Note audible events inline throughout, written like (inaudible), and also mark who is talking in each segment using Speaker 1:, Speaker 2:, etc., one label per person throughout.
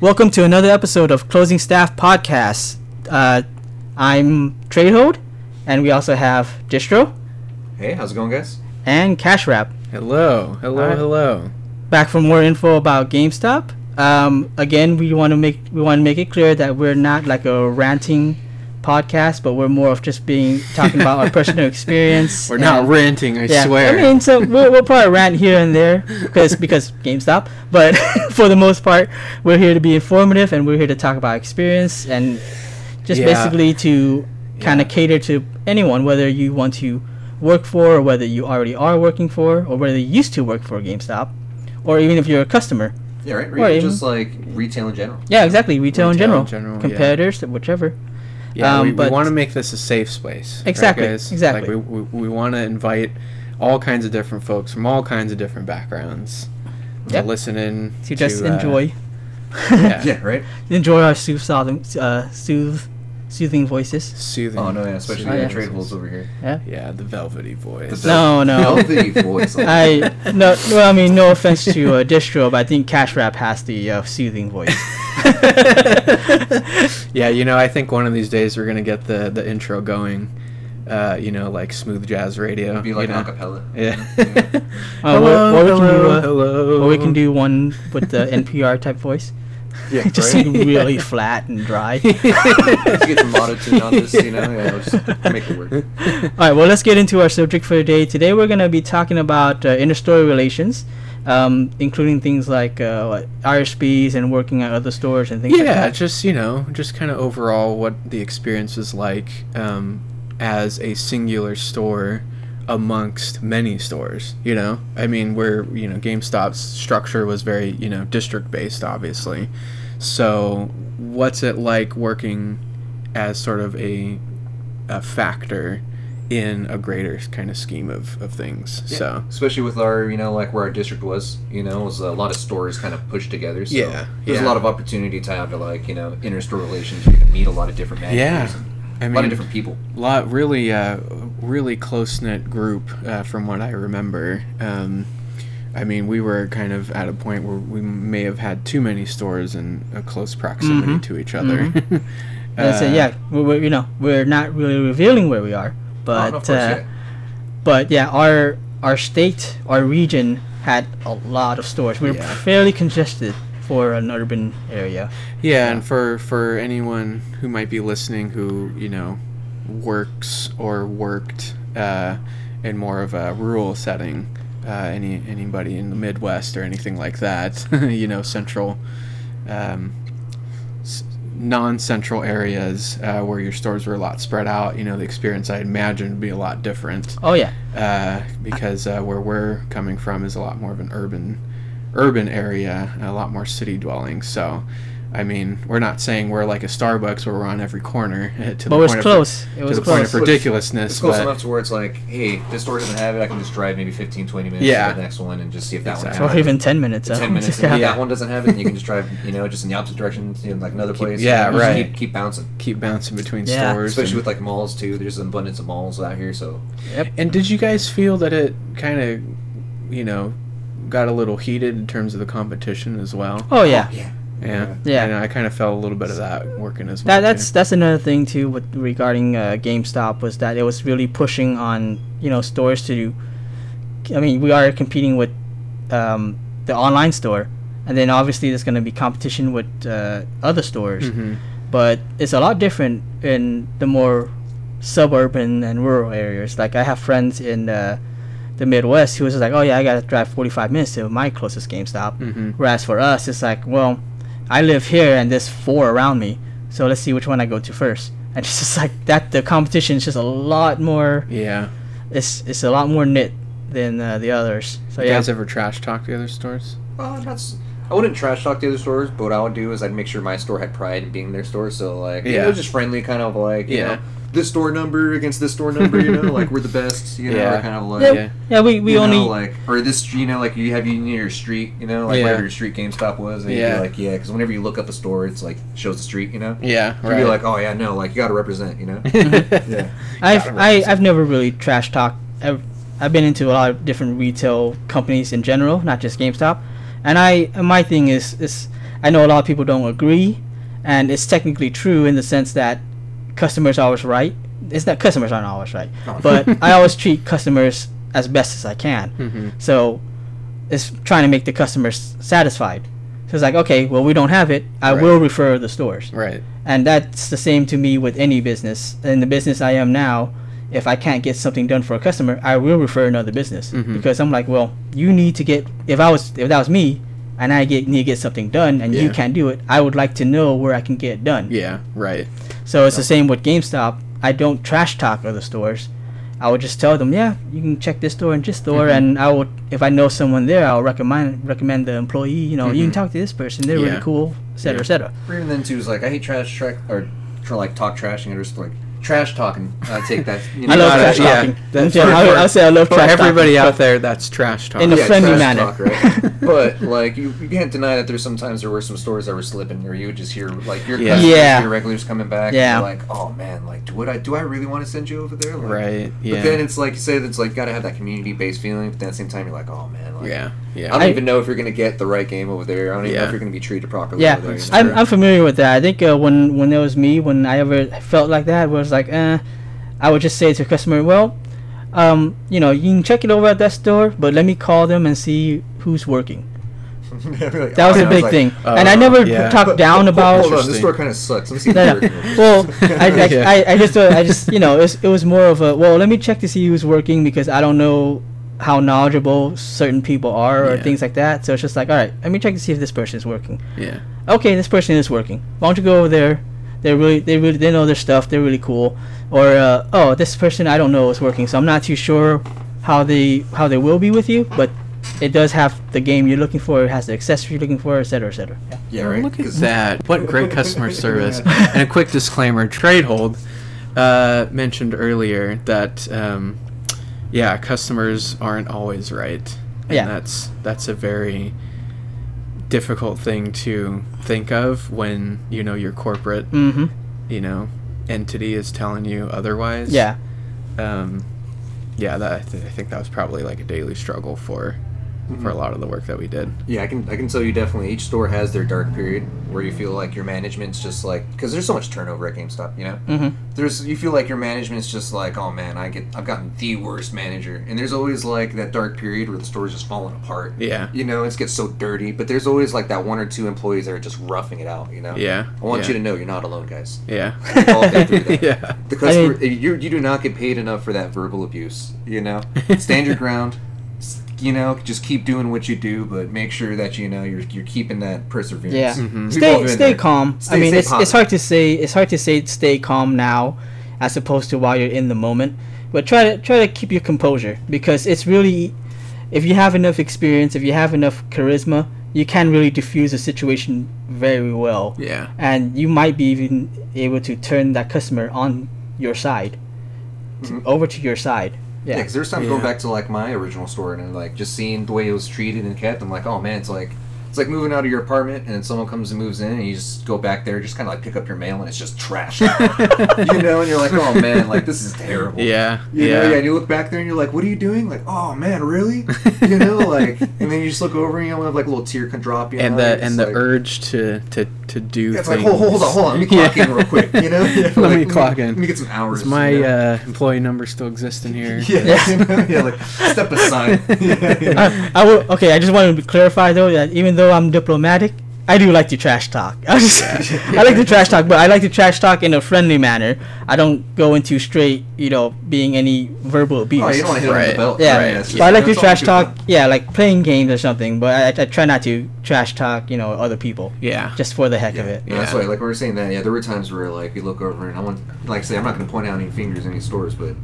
Speaker 1: Welcome to another episode of Closing Staff Podcast. Uh, I'm Tradehold, and we also have Distro
Speaker 2: Hey, how's it going, guys?
Speaker 1: and Cash Wrap.
Speaker 3: Hello, hello,
Speaker 1: Hi.
Speaker 3: hello.
Speaker 1: Back for more info about GameStop. Um, again, we want to make we want to make it clear that we're not like a ranting podcast, but we're more of just being talking about
Speaker 3: (laughs)
Speaker 1: our personal experience.
Speaker 3: We're not
Speaker 1: and-
Speaker 3: ranting, I
Speaker 1: Yeah,
Speaker 3: swear.
Speaker 1: I mean,
Speaker 3: (laughs)
Speaker 1: so we'll, we'll probably rant here and there because because GameStop. But (laughs) for the most part, we're here to be informative and we're here to talk about experience and just
Speaker 3: Yeah.
Speaker 1: basically to kind of
Speaker 3: Yeah.
Speaker 1: cater to anyone, whether you want to work for or whether you already are working for or whether you used to work for GameStop, or even if you're a customer.
Speaker 2: Yeah, right.
Speaker 1: Or
Speaker 2: Re-
Speaker 1: even-
Speaker 2: just like retail in general.
Speaker 1: Yeah, exactly. Retail, in
Speaker 3: Retail
Speaker 1: general,
Speaker 3: in general, yeah.
Speaker 1: competitors, whichever.
Speaker 3: yeah,
Speaker 1: um,
Speaker 3: we,
Speaker 1: but-
Speaker 3: want to make this a safe space. right,
Speaker 1: Exactly,
Speaker 3: guys?
Speaker 1: exactly.
Speaker 3: Like we, we, we want to invite all kinds of different folks from all kinds of different backgrounds
Speaker 1: Yep.
Speaker 3: to listen in.
Speaker 1: To just
Speaker 3: uh,
Speaker 1: enjoy,
Speaker 3: yeah,
Speaker 2: Yeah, right.
Speaker 1: (laughs) enjoy our soothing, uh, soothe, soothing voices.
Speaker 3: Soothing.
Speaker 2: Oh no, yeah, especially
Speaker 1: Oh,
Speaker 2: the
Speaker 1: yeah.
Speaker 2: trade holes over here.
Speaker 3: Yeah, the velvety voice.
Speaker 2: The
Speaker 1: No, no.
Speaker 2: Velvety voice. like-
Speaker 1: (laughs) I no, well, I mean, no offense to uh, Distro, but I think Cash Rap has the uh, soothing
Speaker 2: (laughs)
Speaker 1: voice.
Speaker 3: yeah, you know, I think one of these days we're gonna get the the intro going. Uh, you know, like smooth jazz radio.
Speaker 2: It'd be like
Speaker 3: you
Speaker 2: an
Speaker 3: know?
Speaker 2: acapella.
Speaker 3: Yeah. (laughs)
Speaker 1: Uh, what- what we can do, uh,
Speaker 3: hello.
Speaker 1: or we can do one with the NPR type voice,
Speaker 2: Yeah,
Speaker 1: (laughs) just
Speaker 2: right?
Speaker 1: really flat and dry. All
Speaker 2: Let's get
Speaker 3: (laughs)
Speaker 2: some auto tune on this, you know. Yeah, let's just make it work.
Speaker 1: right, well, let's get into our subject for today. Today we're gonna be talking about uh, interstore relations, um, including things like uh, what, RSPs and working at other stores and things. like
Speaker 3: yeah
Speaker 1: that.
Speaker 3: just you know just kind of overall what the experience is like um, as a singular store amongst many stores you know i mean where you know gamestop's structure was very you know district based obviously so what's it like working as sort of a, a factor in a greater kind of scheme of, of things
Speaker 2: Yeah,
Speaker 3: so
Speaker 2: especially with our, you know, like where our district was, you know, was a lot of stores kind of pushed together. So
Speaker 3: Yeah,
Speaker 2: there's
Speaker 3: yeah.
Speaker 2: a lot of opportunity to have to like, you know, interstore relations. You can meet a lot of different
Speaker 3: yeah
Speaker 2: managers, and
Speaker 3: i
Speaker 2: a
Speaker 3: mean
Speaker 2: lot of different people.
Speaker 3: lot really uh, really close knit group uh, from what I remember. Um, I mean, we were kind of at a point where we may have had too many stores in a close proximity to each other. (laughs)
Speaker 1: And so,
Speaker 3: Uh,
Speaker 1: yeah, we're, we're, you know, we're not really revealing where we are,
Speaker 2: Oh,
Speaker 1: but
Speaker 2: and of course,
Speaker 1: uh,
Speaker 2: yeah.
Speaker 1: but yeah, our our state, our region had a lot of stores. We were
Speaker 3: Yeah.
Speaker 1: fairly congested for an urban area.
Speaker 3: Yeah, and for for anyone who might be listening who you know works or worked uh, in more of a rural setting, uh, any anybody in the Midwest or anything like that, (laughs) you know, central, um, s- non-central areas uh, where your stores were a lot spread out, you know, the experience I imagine would be a lot different
Speaker 1: Oh yeah,
Speaker 3: uh, because uh, where we're coming from is a lot more of an urban urban area, a lot more city dwelling. So, I mean, we're not saying we're like a Starbucks where we're on every corner (laughs) uh, to
Speaker 1: but it
Speaker 3: the
Speaker 1: was
Speaker 3: point of
Speaker 1: close. it
Speaker 3: to
Speaker 1: was
Speaker 3: the point
Speaker 1: close.
Speaker 3: of ridiculousness.
Speaker 2: It's close
Speaker 3: but
Speaker 2: enough to where it's like, hey, this store doesn't have it. I can just drive maybe 15, 20 minutes
Speaker 3: Yeah.
Speaker 2: to the next one and just see if that
Speaker 3: Exactly.
Speaker 2: one
Speaker 1: or
Speaker 2: has it.
Speaker 1: even ten minutes. (laughs) uh,
Speaker 2: 10 minutes.
Speaker 1: yeah.
Speaker 2: And if that one doesn't have it, and you can just drive, you know, just in the opposite direction to like another place.
Speaker 3: yeah,
Speaker 2: You just
Speaker 3: right.
Speaker 2: Keep, keep bouncing.
Speaker 3: keep bouncing between
Speaker 1: Yeah.
Speaker 3: stores.
Speaker 2: Especially
Speaker 3: and-
Speaker 2: with like malls too. There's an abundance of malls out here, so
Speaker 3: And did you guys feel that it kind of, you know, got a little heated in terms of the competition as well?
Speaker 1: Oh yeah.
Speaker 3: Yeah.
Speaker 1: Yeah.
Speaker 3: And I kind of felt a little bit of that working as well.
Speaker 1: That,
Speaker 3: too.
Speaker 1: that's that's another thing too with regarding uh, GameStop was that it was really pushing on you know stores to do. I mean, we are competing with um, the online store, and then obviously there's going to be competition with uh, other stores.
Speaker 3: Mhm.
Speaker 1: but it's a lot different in the more suburban and rural areas. Like I have friends in uh, the Midwest who was just like, "Oh yeah, I gotta drive 45 minutes to my closest GameStop."
Speaker 3: Mhm.
Speaker 1: Whereas for us, it's like, "Well, I live here and there's four around me, so let's see which one I go to first. (laughs) And it's just like that. The competition is just a lot more.
Speaker 3: Yeah.
Speaker 1: It's it's a lot more knit than uh, the others. So
Speaker 3: you
Speaker 1: yeah,
Speaker 3: guys ever trash talk the other stores?
Speaker 2: uh, that's. I wouldn't trash talk the other stores, but what I would do is I'd make sure my store had pride in being their store. So like, yeah.
Speaker 3: Yeah.
Speaker 2: it was just friendly, kind of like, you
Speaker 3: Yeah.
Speaker 2: know, this store number against this store number, you know, like we're the best, you know,
Speaker 3: Yeah.
Speaker 2: kind of like.
Speaker 1: yeah,
Speaker 3: yeah.
Speaker 1: yeah. We we
Speaker 2: you
Speaker 1: only
Speaker 2: know, like or this you know like you have you near your street you know like
Speaker 3: Yeah.
Speaker 2: whatever your street GameStop was and
Speaker 3: Yeah.
Speaker 2: you'd be like yeah because whenever you look up a store it's like shows the street you know
Speaker 3: Yeah,
Speaker 2: you'd be like oh yeah no like you got to represent you
Speaker 1: (laughs)
Speaker 2: know
Speaker 3: (laughs)
Speaker 2: yeah
Speaker 1: I've
Speaker 3: gotta
Speaker 1: I,
Speaker 3: represent.
Speaker 1: I've never really trash talked. I've, I've been into a lot of different retail companies in general, not just GameStop. And I and my thing is is I know a lot of people don't agree, and it's technically true in the sense that customers are always right. It's not customers aren't always right,
Speaker 2: No.
Speaker 3: (laughs)
Speaker 1: but I always treat customers as best as I can.
Speaker 3: Mm-hmm.
Speaker 1: So it's trying to make the customers satisfied. So it's like, okay, well, we don't have it. I
Speaker 3: Right.
Speaker 1: will refer the stores.
Speaker 3: Right.
Speaker 1: And that's the same to me with any business. In the business I am now, if I can't get something done for a customer, I will refer another business
Speaker 3: Mhm.
Speaker 1: because I'm like, well, you need to get. If I was, if that was me, and I get need to get something done, and you
Speaker 3: Yeah.
Speaker 1: can't do it, I would like to know where I can get it done.
Speaker 3: Yeah. Right.
Speaker 1: So it's the same with GameStop. I don't trash talk other stores. I would just tell them, yeah, you can check this store and this store,
Speaker 3: Mhm.
Speaker 1: and I would, if I know someone there, I'll recommend recommend the employee. You know, you can
Speaker 3: Mhm.
Speaker 1: talk to this person; they're
Speaker 3: Yeah.
Speaker 1: really cool, et cetera, et
Speaker 3: Yeah.
Speaker 1: cetera.
Speaker 2: Or even then too is like I hate trash track or tr- like talk trashing or just like trash talking. I take that. You
Speaker 1: I love
Speaker 3: Got
Speaker 1: trash
Speaker 3: it, yeah.
Speaker 1: talking.
Speaker 3: That's
Speaker 1: Yeah,
Speaker 3: for-
Speaker 1: I, would-
Speaker 3: for-
Speaker 1: I would say I love
Speaker 3: For
Speaker 1: trash
Speaker 3: everybody
Speaker 1: talking.
Speaker 3: out there, that's trash talk.
Speaker 1: In a friendly
Speaker 2: trash
Speaker 1: manner. (laughs)
Speaker 2: talk, right? but like you, you can't deny that there's some times there were some stories that were slipping, or you would just hear like your
Speaker 3: Yeah.
Speaker 2: customers,
Speaker 1: Yeah.
Speaker 2: your regulars coming back,
Speaker 1: Yeah.
Speaker 2: and you're like oh man, like do what I do I really want to send you over there? Like,
Speaker 3: right. Yeah.
Speaker 2: But then it's like you said, it's like gotta have that community based feeling. But then at the same time, you're like, oh man, like,
Speaker 3: yeah.
Speaker 2: I
Speaker 3: Yeah.
Speaker 2: don't
Speaker 1: I-
Speaker 2: even know if you're gonna get the right game over there. I don't even know
Speaker 3: Yeah.
Speaker 2: if you're gonna be treated properly.
Speaker 1: Yeah,
Speaker 2: over there, you know?
Speaker 1: I'm,
Speaker 2: (laughs)
Speaker 1: I'm familiar with that. I think uh, when when it was me, when I ever felt like that, was like, eh, I would just say to a customer, well, um, you know, you can check it over at that store, but let me call them and see who's
Speaker 3: (laughs)
Speaker 1: working.
Speaker 2: Like,
Speaker 1: That was a
Speaker 2: oh, man, I
Speaker 1: big
Speaker 2: like,
Speaker 1: thing, and I never
Speaker 3: oh, yeah.
Speaker 1: talked
Speaker 2: But-
Speaker 1: down
Speaker 2: but-
Speaker 1: about.
Speaker 2: Hold on, this
Speaker 3: Interesting.
Speaker 2: store kind of sucks. Let me see. if
Speaker 1: No,
Speaker 2: they're
Speaker 1: no.
Speaker 2: here.
Speaker 1: Well, I, I,
Speaker 3: (laughs) Yeah.
Speaker 1: I, I just uh, I just you know it's, it was more of a well let me check to see who's working because I don't know how knowledgeable certain people are or
Speaker 3: Yeah.
Speaker 1: things like that. So it's just like all right, let me check to see if this person is working.
Speaker 3: yeah.
Speaker 1: Okay, this person is working. Why don't you go over there? They really they really they know their stuff. They're really cool. Or uh, oh, this person I don't know is working, so I'm not too sure how they how they will be with you, but. It does have the game you're looking for. It has the accessory you're looking for, et cetera, et cetera. Yeah.
Speaker 2: yeah, right.
Speaker 3: Look at
Speaker 2: 'Cause-
Speaker 3: that. What great customer service. And a quick disclaimer Tradehold uh, mentioned earlier that, um, yeah, customers aren't always right. And
Speaker 1: Yeah.
Speaker 3: that's, that's a very difficult thing to think of when, you know, your corporate,
Speaker 1: Mm-hmm.
Speaker 3: you know, entity is telling you otherwise.
Speaker 1: Yeah.
Speaker 3: Um, yeah, that, I, th- I think that was probably like a daily struggle for, for a lot of the work that we did.
Speaker 2: Yeah, I can I can tell you definitely each store has their dark period where you feel like your management's just like because there's so much turnover at GameStop, you know.
Speaker 1: Mm-hmm.
Speaker 2: There's you feel like your management's just like oh man, I get I've gotten the worst manager, and there's always like that dark period where the store's just falling apart.
Speaker 3: Yeah.
Speaker 2: You know, it's gets so dirty, but there's always like that one or two employees that are just roughing it out. You know.
Speaker 3: Yeah.
Speaker 2: I want
Speaker 3: yeah,
Speaker 2: you to know you're not alone,
Speaker 3: (laughs)
Speaker 2: guys.
Speaker 3: Yeah.
Speaker 2: We've all been through that.
Speaker 3: (laughs) yeah.
Speaker 2: The customer, you you do not get paid enough for that verbal abuse. You know,
Speaker 1: (laughs)
Speaker 2: stand your ground. S- You know, just keep doing what you do, but make sure that you know you're you're keeping that perseverance.
Speaker 1: Yeah.
Speaker 2: We've all
Speaker 1: Stay
Speaker 2: been
Speaker 1: stay
Speaker 2: there.
Speaker 1: calm.
Speaker 2: Stay-
Speaker 1: I mean,
Speaker 2: stay
Speaker 1: it's, it's hard to say it's hard to say stay calm now, as opposed to while you're in the moment. But try to try to keep your composure because it's really, if you have enough experience, if you have enough charisma, you can really diffuse a situation very well,
Speaker 3: Yeah.
Speaker 1: and you might be even able to turn that customer on your side, to,
Speaker 2: Mhm.
Speaker 1: over to your side.
Speaker 2: Yeah,
Speaker 1: Yeah.
Speaker 2: because there's time going
Speaker 3: Yeah.
Speaker 2: back to like my original store and like just seeing the way it was treated and kept. I'm like, oh man, it's like it's like moving out of your apartment and then someone comes and moves in and you just go back there, just kind of like pick up your mail and it's just
Speaker 1: (laughs)
Speaker 2: trash, you know. And you're like, oh man, like this is terrible.
Speaker 3: Yeah.
Speaker 2: You
Speaker 3: yeah.
Speaker 2: know, yeah, and you look back there and you're like, what are you doing? Like, oh man,
Speaker 3: (laughs)
Speaker 2: really? You know, like, and then you just look over and you know, have like a little tear can drop. You
Speaker 3: and
Speaker 2: know,
Speaker 3: the
Speaker 2: it's
Speaker 3: and the
Speaker 2: like,
Speaker 3: urge to to to do
Speaker 2: Yeah, it's like,
Speaker 3: things.
Speaker 2: hold, hold on, hold on, let me
Speaker 3: (laughs)
Speaker 2: clock in real quick. You know,
Speaker 3: let
Speaker 2: Like,
Speaker 3: me clock
Speaker 2: Let
Speaker 3: in.
Speaker 2: me get some hours.
Speaker 3: Does my
Speaker 2: you know?
Speaker 3: uh, employee number still exist in here?
Speaker 2: (laughs) yeah,
Speaker 1: Yeah.
Speaker 2: you know, yeah, like step aside. (laughs)
Speaker 3: (laughs)
Speaker 2: Yeah, yeah.
Speaker 1: (laughs) I, I will. Okay, I just want to clarify though that even though I'm diplomatic, I do like to trash talk. (laughs) I, just, I like to trash talk, but I like to trash talk in a friendly manner. I don't go into straight, you know, being any verbal abuse.
Speaker 2: Oh, you don't want to hit him with
Speaker 3: Right,
Speaker 2: the belt.
Speaker 1: yeah,
Speaker 2: right,
Speaker 3: right.
Speaker 2: that's
Speaker 1: but I like to
Speaker 2: that's all
Speaker 1: trash
Speaker 2: good.
Speaker 1: talk. Yeah, like playing games or something. But I, I try not to trash talk, you know, other people
Speaker 3: Yeah.
Speaker 1: just for the heck of it.
Speaker 2: Yeah, that's
Speaker 3: Yeah.
Speaker 2: why, like we were saying that. Yeah, there were times where like you look over and I want, like I say, I'm not gonna point out any fingers, any stores, but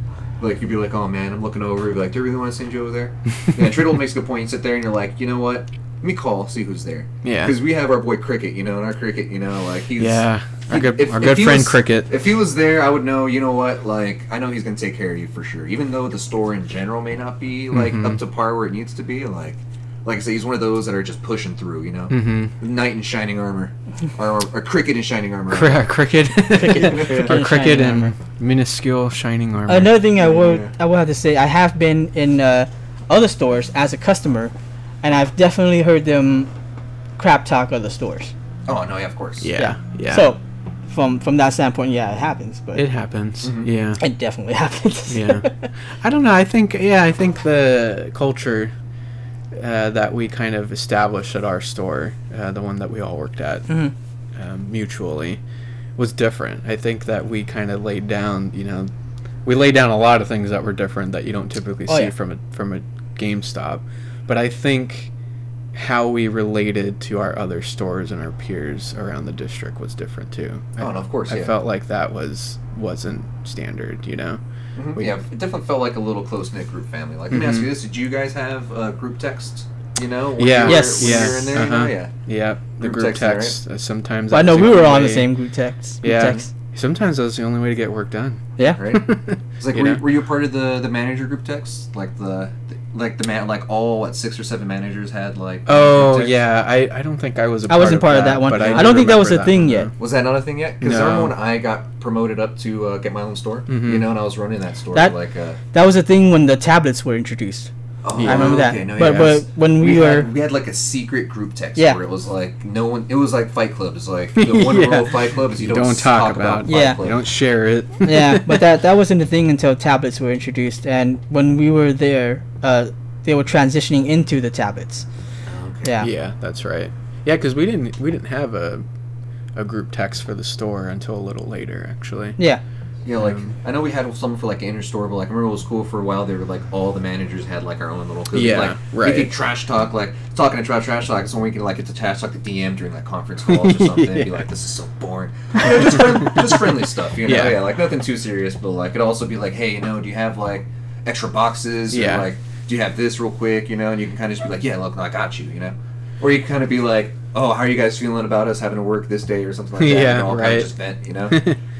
Speaker 2: like you'd be like, oh man, I'm looking over. You'd be like, do you really want to send you over
Speaker 3: (laughs)
Speaker 2: there? yeah, Triddle makes a good point. You sit there and you're like, you know what? Let me call, see who's there.
Speaker 3: Yeah.
Speaker 2: Because we have our boy Cricket, you know, and our Cricket, you know, like he's
Speaker 3: Yeah. Our
Speaker 2: he-
Speaker 3: good
Speaker 2: if-
Speaker 3: our
Speaker 2: if
Speaker 3: good
Speaker 2: he
Speaker 3: friend
Speaker 2: was-
Speaker 3: Cricket.
Speaker 2: If he was there, I would know. You know what? Like, I know he's gonna take care of you for sure. Even though the store in general may not be like
Speaker 3: Mhm.
Speaker 2: up to par where it needs to be. Like, like I say, he's one of those that are just pushing through. You know,
Speaker 3: Mm-hmm.
Speaker 2: knight in shining armor, or, or, or cricket in shining armor. (laughs) Oh,
Speaker 3: Cr- uh, cricket. (laughs)
Speaker 2: Cricket
Speaker 3: Our
Speaker 1: and shining
Speaker 3: cricket and
Speaker 1: armor.
Speaker 3: minuscule shining armor.
Speaker 1: Another thing I will
Speaker 2: Yeah.
Speaker 1: I will have to say I have been in uh, other stores as a customer, and I've definitely heard them crap talk other stores.
Speaker 2: Oh no, yeah, of course.
Speaker 3: Yeah. Yeah.
Speaker 1: So, from from that standpoint, yeah, it happens, but
Speaker 3: it
Speaker 1: it,
Speaker 3: happens.
Speaker 2: Mm-hmm.
Speaker 3: Yeah.
Speaker 1: definitely (laughs) happens.
Speaker 3: yeah i don't know i think yeah i think the culture uh, that we kind of established at our store uh, the one that we all worked at
Speaker 1: Mhm.
Speaker 3: um, mutually was different i think that we kind of laid down you know we laid down a lot of things that were different that you don't typically
Speaker 1: Oh,
Speaker 3: see
Speaker 1: yeah.
Speaker 3: from a from a gamestop but i think how we related to our other stores and our peers around the district was different too. I-
Speaker 2: Oh, no, of course,
Speaker 3: I
Speaker 2: yeah.
Speaker 3: felt like that was wasn't standard, you know.
Speaker 2: Mhm.
Speaker 3: We- Mm-hmm.
Speaker 2: yeah. It definitely felt like a little close knit group family. Like, let me ask you this: Did you guys have uh, group text? You know, when
Speaker 3: Yeah.
Speaker 2: you were,
Speaker 1: Yes.
Speaker 2: When you were
Speaker 3: Yeah.
Speaker 2: in there, you know?
Speaker 3: Uh-huh.
Speaker 2: yeah.
Speaker 3: Yeah, the
Speaker 2: Group
Speaker 3: group
Speaker 2: texting, right?
Speaker 3: text. uh, Sometimes.
Speaker 1: But
Speaker 3: that
Speaker 1: no,
Speaker 3: was
Speaker 1: we were
Speaker 3: only
Speaker 1: on the
Speaker 3: way-
Speaker 1: same group text. Group
Speaker 3: Yeah.
Speaker 1: Text.
Speaker 3: Sometimes that's the only way to get
Speaker 2: (laughs)
Speaker 3: work done. (laughs)
Speaker 1: Yeah.
Speaker 2: Right. It's like
Speaker 3: You
Speaker 2: were, you,
Speaker 3: know?
Speaker 2: were you a part of the the manager group text? Like the, the like the man like all what six or seven managers had like.
Speaker 3: oh
Speaker 2: group text?
Speaker 3: yeah, I, I don't think I was. I
Speaker 1: I wasn't part of that one.
Speaker 3: but
Speaker 1: I
Speaker 3: do
Speaker 1: don't think that was
Speaker 3: remember
Speaker 1: a thing
Speaker 3: one,
Speaker 1: yet.
Speaker 3: though.
Speaker 2: Was that not a thing yet? Because I
Speaker 3: No. Mm-hmm.
Speaker 2: remember when I got promoted up to uh, get my own store, you know, and I was running that store
Speaker 1: That-
Speaker 2: like. Uh,
Speaker 1: That was the thing when the tablets were
Speaker 3: (laughs)
Speaker 1: introduced.
Speaker 2: Oh,
Speaker 1: I remember that.
Speaker 2: okay, no,
Speaker 1: But-
Speaker 2: yeah,
Speaker 1: but
Speaker 2: it's-
Speaker 1: when we
Speaker 2: had-
Speaker 1: were-
Speaker 2: we had like a secret group text
Speaker 1: Yeah.
Speaker 2: where it was like no one. It was like Fight Club. It's like
Speaker 1: (laughs)
Speaker 2: the one rule of
Speaker 3: Yeah.
Speaker 2: Fight Club is you
Speaker 3: You
Speaker 2: don't,
Speaker 3: don't
Speaker 2: s-
Speaker 3: talk about
Speaker 2: Fight
Speaker 1: it. Yeah.
Speaker 2: Club.
Speaker 3: You don't share it.
Speaker 1: (laughs) yeah, but that that wasn't a thing until tablets were introduced, and when we were there, uh, they were transitioning into the tablets. Yeah.
Speaker 3: (laughs) yeah, that's right. Yeah, because we didn't we didn't have a a group text for the store until a little later actually.
Speaker 1: Yeah.
Speaker 2: You know, like
Speaker 3: Um,
Speaker 2: I know we had some for like inner store, but like I remember it was cool for a while. They were like all the managers had like our own little. Cause
Speaker 3: Yeah,
Speaker 2: like,
Speaker 3: right.
Speaker 2: We could trash talk like talking about trash talk. is when we can like get to trash talk the DM during like conference calls
Speaker 3: (laughs)
Speaker 2: or something. and Be like, this is so boring. You know, just friend, just friendly stuff. You know,
Speaker 3: Yeah.
Speaker 2: yeah. like nothing too serious, but like it'd also be like, hey, you know, do you have like extra boxes? Or,
Speaker 3: Yeah.
Speaker 2: like, do you have this real quick? You know, and you can kind of just be like, yeah, look, I got you. You know, or you kind of be like. Oh, how are you guys feeling about us having to work this day or something like that?
Speaker 3: Yeah,
Speaker 2: and all kind
Speaker 3: right.
Speaker 2: of just vent, you
Speaker 1: (laughs)
Speaker 2: know.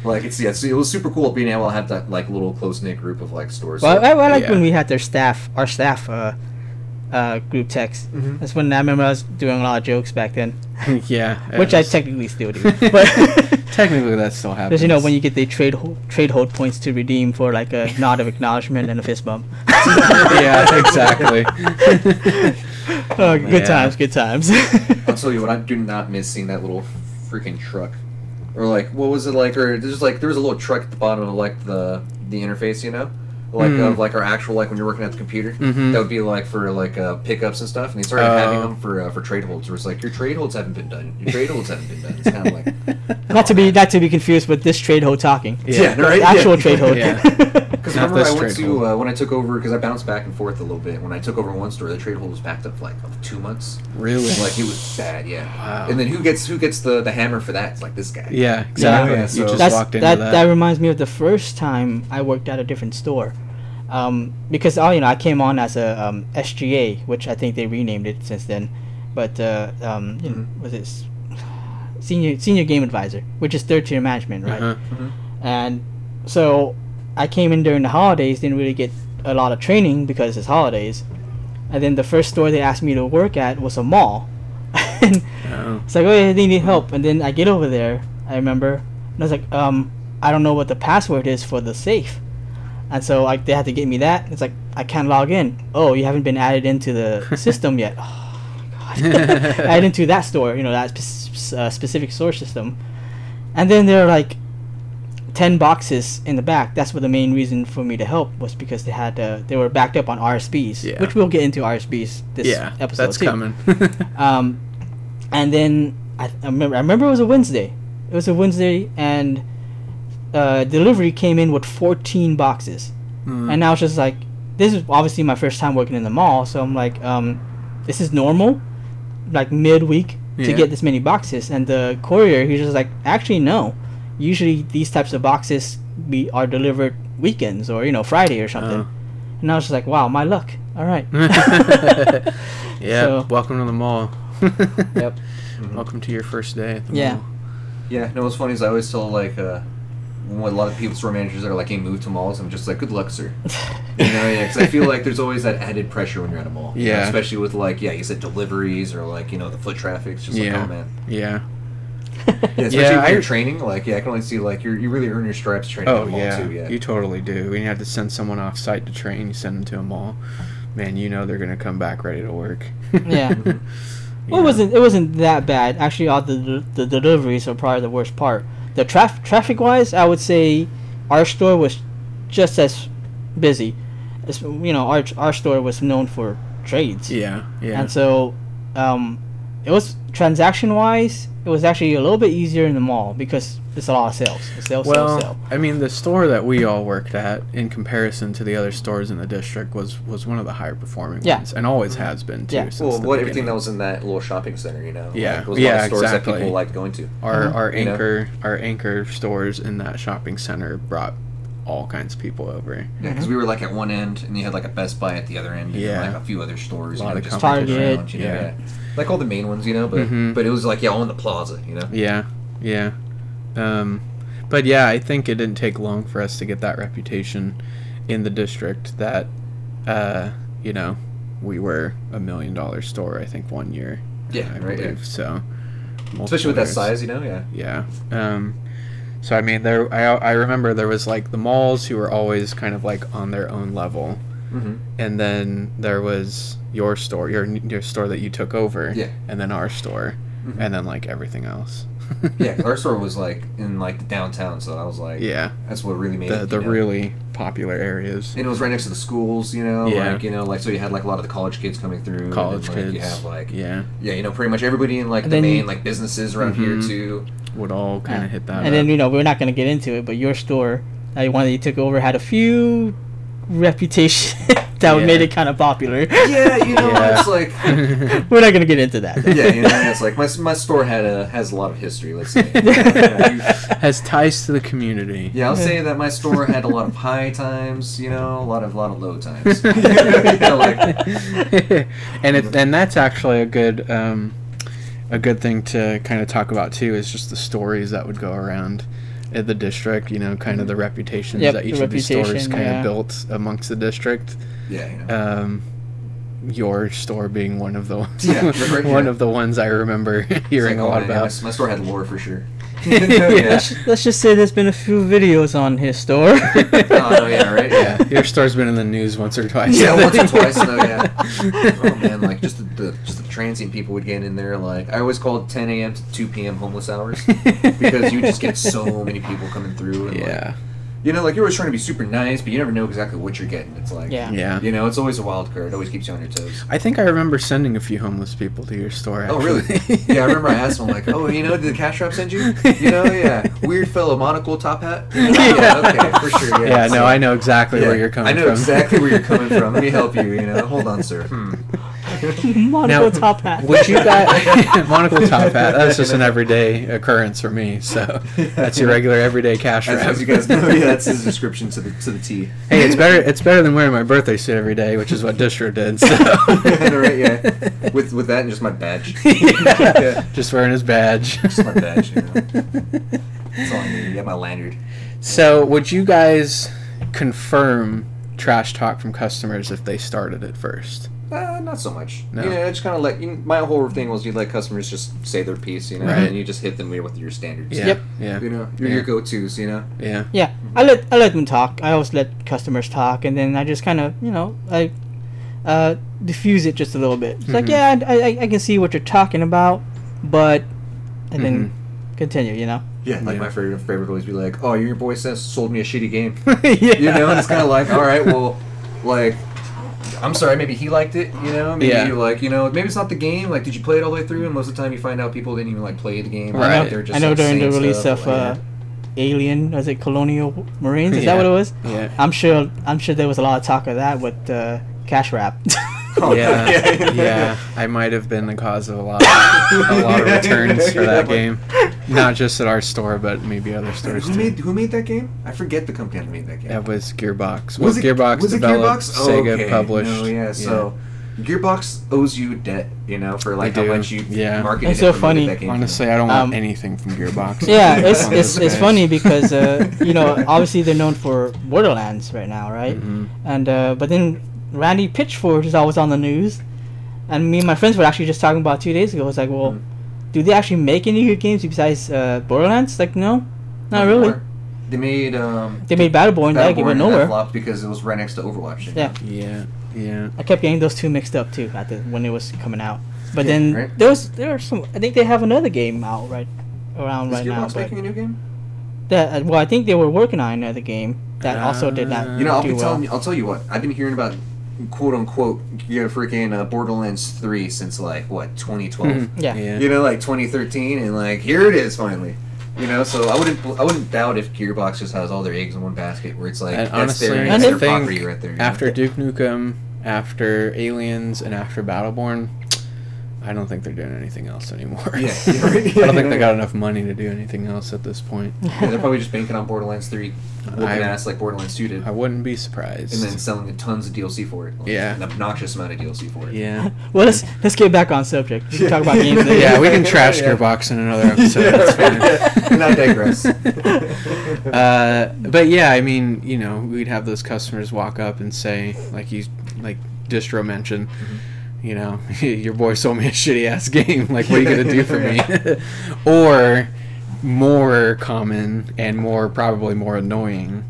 Speaker 2: like it's yeah, so it was super cool being able to have that like little close knit group of like stores.
Speaker 1: Well, I, I like
Speaker 3: Yeah.
Speaker 1: when we had their staff, our staff, uh, uh, group text.
Speaker 3: Mm-hmm.
Speaker 1: That's when I remember I was doing a lot of jokes back then,
Speaker 3: (laughs) yeah.
Speaker 1: (laughs) which I
Speaker 3: it's-
Speaker 1: technically still
Speaker 3: (laughs)
Speaker 1: do. But
Speaker 3: technically that still happens.
Speaker 1: because you know when you get the trade ho- trade hold points to redeem for like a nod of acknowledgement and a fist
Speaker 3: (laughs)
Speaker 1: bump.
Speaker 3: (laughs)
Speaker 1: (laughs)
Speaker 3: yeah exactly.
Speaker 1: Oh,
Speaker 3: Yeah.
Speaker 1: good times, good times. (laughs)
Speaker 2: I'll tell you what, I do not miss seeing that little freaking truck, or like what was it like, or there's like there was a little truck at the bottom of like the the interface, you know. Like
Speaker 1: Hmm.
Speaker 3: Mm.
Speaker 2: of like our actual like when you're working at the computer,
Speaker 1: Mm-hmm.
Speaker 3: Mhm.
Speaker 2: that would be like for like uh, pickups and stuff, and they started having
Speaker 3: Oh.
Speaker 2: them for uh, for trade holds. Where it's like your trade holds haven't been done, your trade holds haven't been done. It's kind of
Speaker 1: (laughs)
Speaker 2: like
Speaker 1: not to be not to be confused with this trade ho talking.
Speaker 3: Yeah,
Speaker 1: The
Speaker 2: right, yeah.
Speaker 1: actual trade ho. (laughs)
Speaker 3: Yeah.
Speaker 2: Because
Speaker 3: Not
Speaker 2: remember,
Speaker 3: this
Speaker 2: I went
Speaker 3: trade
Speaker 2: to uh, when I took over because I bounced back and forth a little bit. When I took over one store, the trade hold was backed up for like two months.
Speaker 3: Really?
Speaker 2: Like it was bad, yeah.
Speaker 3: Wow.
Speaker 2: And then who gets who gets the the hammer for that? It's like this guy.
Speaker 3: yeah exactly.
Speaker 2: yeah, so-
Speaker 3: you just
Speaker 1: That's,
Speaker 3: walked into
Speaker 1: that,
Speaker 3: that.
Speaker 1: that reminds me of the first time I worked at a different store, um, because oh you know I came on as a um, SGA, which I think they renamed it since then, but uh, um, you know,
Speaker 3: Mm-hmm.
Speaker 1: was it s- senior senior game advisor, which is third tier management, right?
Speaker 3: Uh-huh.
Speaker 2: Mm-hmm.
Speaker 1: And so I came in during the holidays, didn't really get a lot of training because it's holidays. And then the first store they asked me to work at was a mall. (laughs) and
Speaker 3: Oh.
Speaker 1: it's like, oh, yeah, they need help. And then I get over there, I remember, and I was like, um, I don't know what the password is for the safe. And so like they had to get me that. It's like I can't log in. Oh, you haven't been added into the system yet. Oh my god! (laughs) added into that store, you know that spe- uh, specific store system. And then there are like ten boxes in the back. That's what the main reason for me to help was because they had uh, they were backed up on RSBs,
Speaker 3: Yeah.
Speaker 1: which we'll get into RSBs this
Speaker 3: Yeah,
Speaker 1: episode
Speaker 3: that's
Speaker 1: too.
Speaker 3: coming.
Speaker 1: (laughs) Um, and then I, I remember I remember it was a Wednesday. It was a Wednesday, and uh, delivery came in with 14 boxes,
Speaker 3: Mm.
Speaker 1: and I was just like, this is obviously my first time working in the mall, so I'm like, um, this is normal, like midweek to
Speaker 3: Yeah.
Speaker 1: get this many boxes, and the courier he's just like, actually no, usually these types of boxes be are delivered weekends or you know Friday or something,
Speaker 3: Oh.
Speaker 1: and I was just like, wow, my luck. All right.
Speaker 3: (laughs) (laughs) yeah,
Speaker 1: (laughs) So-
Speaker 3: welcome to the mall. Mm-hmm.
Speaker 1: yep.
Speaker 3: Welcome to your first day. At the
Speaker 1: Yeah.
Speaker 3: Mall.
Speaker 2: Yeah. No, what's funny is I always tell like uh, when a lot of people store managers that are like, "Hey, move to malls." I'm just like, "Good luck, sir." (laughs) you know, yeah. Because I feel like there's always that added pressure when you're at a mall. you know,
Speaker 3: Yeah.
Speaker 2: especially with like yeah, you said deliveries or like you know the foot traffic. It's just
Speaker 3: Yeah.
Speaker 2: like, oh man.
Speaker 3: Yeah.
Speaker 2: Yeah, especially
Speaker 3: Yeah,
Speaker 2: when
Speaker 3: I-
Speaker 2: you're training, like yeah, I can only see like you you really earn your stripes training at
Speaker 3: Oh
Speaker 2: the mall
Speaker 3: yeah.
Speaker 2: too. Yeah.
Speaker 3: You totally do. When you have to send someone off site to (laughs) train, you send them to a mall. Man, you know they're gonna come back ready to work.
Speaker 1: Yeah.
Speaker 3: you
Speaker 1: Well, it
Speaker 3: know?
Speaker 1: wasn't it wasn't that bad actually. All the the deliveries are probably the worst part. The traf- traffic wise, I would say our store was just as busy. As, you know, our our store was known for trades,
Speaker 3: Yeah, yeah.
Speaker 1: and so um, it was transaction wise. It was actually a little bit easier in the mall because it's a lot of sales. It's sales, sales, sales.
Speaker 3: well, I mean, the store that we all worked at, in comparison to the other stores in the district, was was one of the higher performing
Speaker 1: Yeah. Mm-hmm.
Speaker 3: ones, and always has been too.
Speaker 1: Yeah.
Speaker 3: Since
Speaker 2: Well,
Speaker 3: the
Speaker 2: what everything that
Speaker 3: beginning.
Speaker 2: was in that little shopping center, you know?
Speaker 3: Yeah,
Speaker 2: Like, there was a lot
Speaker 3: yeah,
Speaker 2: of stores that
Speaker 3: exactly.
Speaker 2: people liked going
Speaker 1: Mm-hmm.
Speaker 2: to.
Speaker 3: our our
Speaker 2: Uh-huh. You know?
Speaker 3: anchor our anchor stores in that shopping center brought all kinds of people over.
Speaker 2: Yeah, because we were like at one end, and you had like a Best Buy at the other end, and
Speaker 3: Yeah.
Speaker 2: like a few other stores,
Speaker 3: A lot
Speaker 2: you know,
Speaker 3: of
Speaker 2: just
Speaker 1: competition.
Speaker 2: around,
Speaker 1: Target,
Speaker 2: you know,
Speaker 3: yeah.
Speaker 2: yeah. like all the main ones, you know. But
Speaker 3: Mhm.
Speaker 2: but it was like yeah, all in the plaza, you know.
Speaker 3: Yeah, yeah. Um, but yeah, I think it didn't take long for us to get that reputation in the district that, uh, you know, we were a million dollar store. I think one year.
Speaker 2: Yeah,
Speaker 3: I
Speaker 2: right, yeah.
Speaker 3: believe so.
Speaker 2: Especially with that
Speaker 3: multiple years.
Speaker 2: size, you know. Yeah.
Speaker 3: Yeah. Um, so I mean, there I I remember there was like the malls who were always kind of like on their own level, (laughs)
Speaker 2: Mm-hmm.
Speaker 3: and then there was your store, your your store that you took over,
Speaker 2: Yeah.
Speaker 3: and then our store,
Speaker 2: Mhm.
Speaker 3: and then like everything else.
Speaker 2: (laughs) Yeah, 'cause our store was like in like downtown, so I was like,
Speaker 3: yeah.
Speaker 2: that's what really made
Speaker 3: The
Speaker 2: it,
Speaker 3: the
Speaker 2: you know?
Speaker 3: really popular areas.
Speaker 2: And it was right next to the schools, you know,
Speaker 3: Yeah.
Speaker 2: like you know, like so you had like a lot of the college kids coming through. and
Speaker 3: College
Speaker 2: then, like,
Speaker 3: kids.
Speaker 2: You have like yeah.
Speaker 3: yeah.
Speaker 2: you know, pretty much everybody in like
Speaker 1: And then-
Speaker 2: the main like businesses around here
Speaker 3: Mhm.
Speaker 2: too.
Speaker 3: Would all kind of hit that.
Speaker 1: And then you know we're not gonna get into it, but your store, uh, the one that you took over, had a few reputation (laughs) that
Speaker 3: Yeah.
Speaker 1: made it kind of popular.
Speaker 2: Yeah, you know,
Speaker 3: Yeah.
Speaker 2: it's
Speaker 3: (laughs)
Speaker 2: like
Speaker 3: then
Speaker 1: we're not gonna get into that.
Speaker 2: (laughs) yeah, you know,
Speaker 1: (laughs)
Speaker 2: it's like my, my store had a has a lot of history. Let's
Speaker 3: (laughs)
Speaker 2: say.
Speaker 3: has ties to
Speaker 2: (laughs)
Speaker 3: the community.
Speaker 2: Yeah, I'll say that my store had a lot of high times, you know, a lot of lot of low times. (laughs) You know, like,
Speaker 3: (laughs) and it and that's actually a good um, a good thing to kind of talk about too is just the stories that would go around at the district you know kind of the
Speaker 1: Mm-hmm.
Speaker 3: reputations
Speaker 1: Yep,
Speaker 3: that
Speaker 1: the
Speaker 3: each of these stores
Speaker 1: reputation,
Speaker 3: kind
Speaker 1: yeah.
Speaker 3: of built amongst the district
Speaker 2: yeah, you know.
Speaker 3: um, your store being one of the (laughs)
Speaker 2: Yeah, right,
Speaker 3: one
Speaker 2: yeah.
Speaker 3: of the ones I remember (laughs)
Speaker 2: It's
Speaker 3: hearing
Speaker 2: like,
Speaker 3: a
Speaker 2: oh,
Speaker 3: lot
Speaker 2: yeah,
Speaker 3: about
Speaker 2: My, my store had lore for sure.
Speaker 3: (laughs)
Speaker 2: (laughs)
Speaker 3: Yeah.
Speaker 2: yeah.
Speaker 1: Let's, let's just say there's been a few videos on his store.
Speaker 2: (laughs) Oh, yeah, right?
Speaker 3: yeah your store's been in the news once or twice
Speaker 2: Yeah, once or twice though. Yeah. Oh man, like just the, the just the transient people would get in there. Like I always called 10 a.m. to 2 p.m. homeless hours because you just get so many people coming through. And Like,
Speaker 3: (laughs) yeah
Speaker 2: you know, like you're always trying to be super nice, but you never know exactly what you're getting. It's like
Speaker 1: Yeah.
Speaker 3: yeah
Speaker 2: You know, it's always a wild card. It always keeps you on your toes.
Speaker 3: I think I remember sending a few homeless people to your store.
Speaker 2: Oh,
Speaker 3: (laughs)
Speaker 2: really?
Speaker 3: actually.
Speaker 2: yeah, I remember I asked him, like, oh, you know, did the cash wrap send you? You know, yeah.
Speaker 3: (laughs)
Speaker 2: Weird fellow monocle top hat?
Speaker 3: Yeah.
Speaker 2: okay, for sure. Yeah,
Speaker 3: Yeah,
Speaker 2: So-
Speaker 3: no, I know exactly
Speaker 2: yeah,
Speaker 3: where you're coming
Speaker 2: I
Speaker 3: from.
Speaker 2: know exactly where you're coming from. Let me help you, you know. Hold on, sir. Hmm.
Speaker 1: Monocle (laughs)
Speaker 3: Now,
Speaker 1: top hat.
Speaker 3: Would
Speaker 1: (laughs)
Speaker 2: (laughs)
Speaker 3: you (laughs) guys monocle top hat? That's just an everyday occurrence for me. So that's your regular everyday cash
Speaker 2: As,
Speaker 3: wrap.
Speaker 2: as you guys know, yeah, that's his description to the to the T.
Speaker 3: (laughs) hey, it's better. It's better than wearing my birthday suit every day, which is what Distro did. So
Speaker 2: (laughs) right, yeah. With with that and just my badge.
Speaker 3: (laughs) Yeah.
Speaker 2: Yeah.
Speaker 3: just wearing his badge.
Speaker 2: (laughs)
Speaker 3: (laughs)
Speaker 2: Just my badge, you know. That's all I need. Yeah, my lanyard.
Speaker 3: So would you guys confirm trash talk from customers if they started it first?
Speaker 2: Uh, not so much.
Speaker 3: No.
Speaker 2: You know, it's kind of like you, my whole thing was you let customers just say their piece, you know,
Speaker 3: Right.
Speaker 2: and you just hit them with your standards.
Speaker 3: Yeah.
Speaker 1: Yep.
Speaker 3: Yeah.
Speaker 2: You know, your,
Speaker 3: Yeah.
Speaker 2: your go-tos, you know.
Speaker 3: Yeah.
Speaker 1: yeah, I let I let them talk. I always let customers talk, and then I just kind of you know I uh, diffuse it just a little bit. It's like
Speaker 3: Mhm.
Speaker 1: yeah,
Speaker 2: Mm-hmm.
Speaker 1: I, I I can see what you're talking about, but and then
Speaker 2: Mm-hmm.
Speaker 1: continue. You know.
Speaker 2: Yeah. Like
Speaker 3: Yeah.
Speaker 2: my favorite favorite would always be like, "Oh, your boy says sold me a shitty game." (laughs)
Speaker 3: yeah.
Speaker 2: You know, and it's kind of like, all right, well, like, I'm sorry, maybe he liked it. You know, maybe
Speaker 3: Yeah.
Speaker 2: like you know, maybe it's not the game. Like, did you play it all the way through? And most of the time, you find out people didn't even like play the game.
Speaker 3: Right.
Speaker 1: I
Speaker 2: Like,
Speaker 1: know,
Speaker 2: they're just,
Speaker 1: I know
Speaker 2: like,
Speaker 1: during the
Speaker 2: saying
Speaker 1: release
Speaker 2: stuff,
Speaker 1: of
Speaker 2: like,
Speaker 1: uh, Alien, was it Colonial Marines? Is
Speaker 3: Yeah.
Speaker 1: that what it was?
Speaker 3: Yeah.
Speaker 1: I'm sure. I'm sure there was a lot of talk of that with uh, Cash (laughs) Wrap.
Speaker 2: Oh, (laughs)
Speaker 3: yeah, yeah. I might have been the cause of a lot, a lot of returns for that
Speaker 2: (laughs) Yeah.
Speaker 3: game. Not just at our store, but maybe other stores
Speaker 2: Who
Speaker 3: too.
Speaker 2: made who made that game? I forget the company that made that game.
Speaker 3: That was Gearbox.
Speaker 2: Was
Speaker 3: Was
Speaker 2: it
Speaker 3: Gearbox
Speaker 2: was it Gearbox?
Speaker 3: developed?
Speaker 2: Oh,
Speaker 3: Sega
Speaker 2: okay.
Speaker 3: published.
Speaker 2: No, yeah, so Gearbox owes you debt, you know, for like
Speaker 3: They
Speaker 2: how
Speaker 3: do.
Speaker 2: much you
Speaker 3: Yeah.
Speaker 2: marketed
Speaker 1: It's
Speaker 2: it
Speaker 1: so
Speaker 2: promoted
Speaker 1: funny.
Speaker 2: That game.
Speaker 3: Honestly, I don't want
Speaker 1: Um,
Speaker 3: anything from
Speaker 1: (laughs)
Speaker 3: Gearbox. (laughs)
Speaker 1: yeah, it's
Speaker 2: Funny
Speaker 1: it's, it's
Speaker 2: as a bitch.
Speaker 1: funny because uh, you know obviously they're known for Borderlands right now, right?
Speaker 3: Mhm.
Speaker 1: And uh, but then Randy Pitchford is always on the news, and me and my friends were actually just talking about two days ago. It's like, well, do they actually make any good games besides uh, Borderlands? Like, no, not really.
Speaker 2: anymore. They made um.
Speaker 1: They made Battleborn, that
Speaker 2: Battleborn
Speaker 1: game went
Speaker 2: and
Speaker 1: nowhere.
Speaker 2: flopped because it was right next to Overwatch.
Speaker 1: Yeah,
Speaker 3: Yeah, yeah.
Speaker 1: I kept getting those two mixed up too at the, when it was coming out. But
Speaker 2: Yeah,
Speaker 1: then
Speaker 2: right.
Speaker 1: there was there are some. I think they have another game out right around
Speaker 2: Is
Speaker 1: right now.
Speaker 2: Gearbox
Speaker 1: But
Speaker 2: making a new game?
Speaker 1: that uh, well, I think they were working on another game that also did
Speaker 3: Uh,
Speaker 1: not.
Speaker 2: You know, I'll be
Speaker 1: do well.
Speaker 2: telling you. I'll tell you what. I've been hearing about quote unquote you know, freaking uh, Borderlands three since like what 2012.
Speaker 3: (laughs) Hmm.
Speaker 1: Yeah.
Speaker 2: You know, like 2013, and like here it is finally. You know, so I wouldn't I wouldn't doubt if Gearbox just has all their eggs in one basket, where it's like
Speaker 3: And
Speaker 2: that's their,
Speaker 3: honestly,
Speaker 1: And
Speaker 2: that's
Speaker 1: I
Speaker 2: their
Speaker 3: think
Speaker 2: property right there. you know?
Speaker 3: after Duke Nukem, after Aliens, and after Battleborn, I don't think they're doing anything else anymore.
Speaker 2: Yeah.
Speaker 3: (laughs) I don't think they got enough money to do anything else at this point.
Speaker 2: Yeah, they're probably just banking on Borderlands three, whooping
Speaker 3: I-
Speaker 2: ass like Borderlands two did,
Speaker 3: I wouldn't be surprised.
Speaker 2: and then selling tons of DLC for it. Like,
Speaker 3: Yeah.
Speaker 2: an obnoxious amount of DLC for it. (laughs)
Speaker 3: yeah.
Speaker 1: Well, let's let's get back on subject. We can talk about games. later.
Speaker 3: yeah, we can trash
Speaker 2: Yeah.
Speaker 3: Gearbox in another episode.
Speaker 2: (laughs)
Speaker 3: That's fine.
Speaker 2: And I
Speaker 3: (laughs)
Speaker 2: digress.
Speaker 3: Uh, but yeah, I mean, you know, we'd have those customers walk up and say, like you, like distro mentioned,
Speaker 2: Mm-hmm.
Speaker 3: you know, (laughs) your boy sold me a shitty ass game. (laughs) Like, what are you gonna
Speaker 2: (laughs)
Speaker 3: do for me? (laughs) or more common and more probably more annoying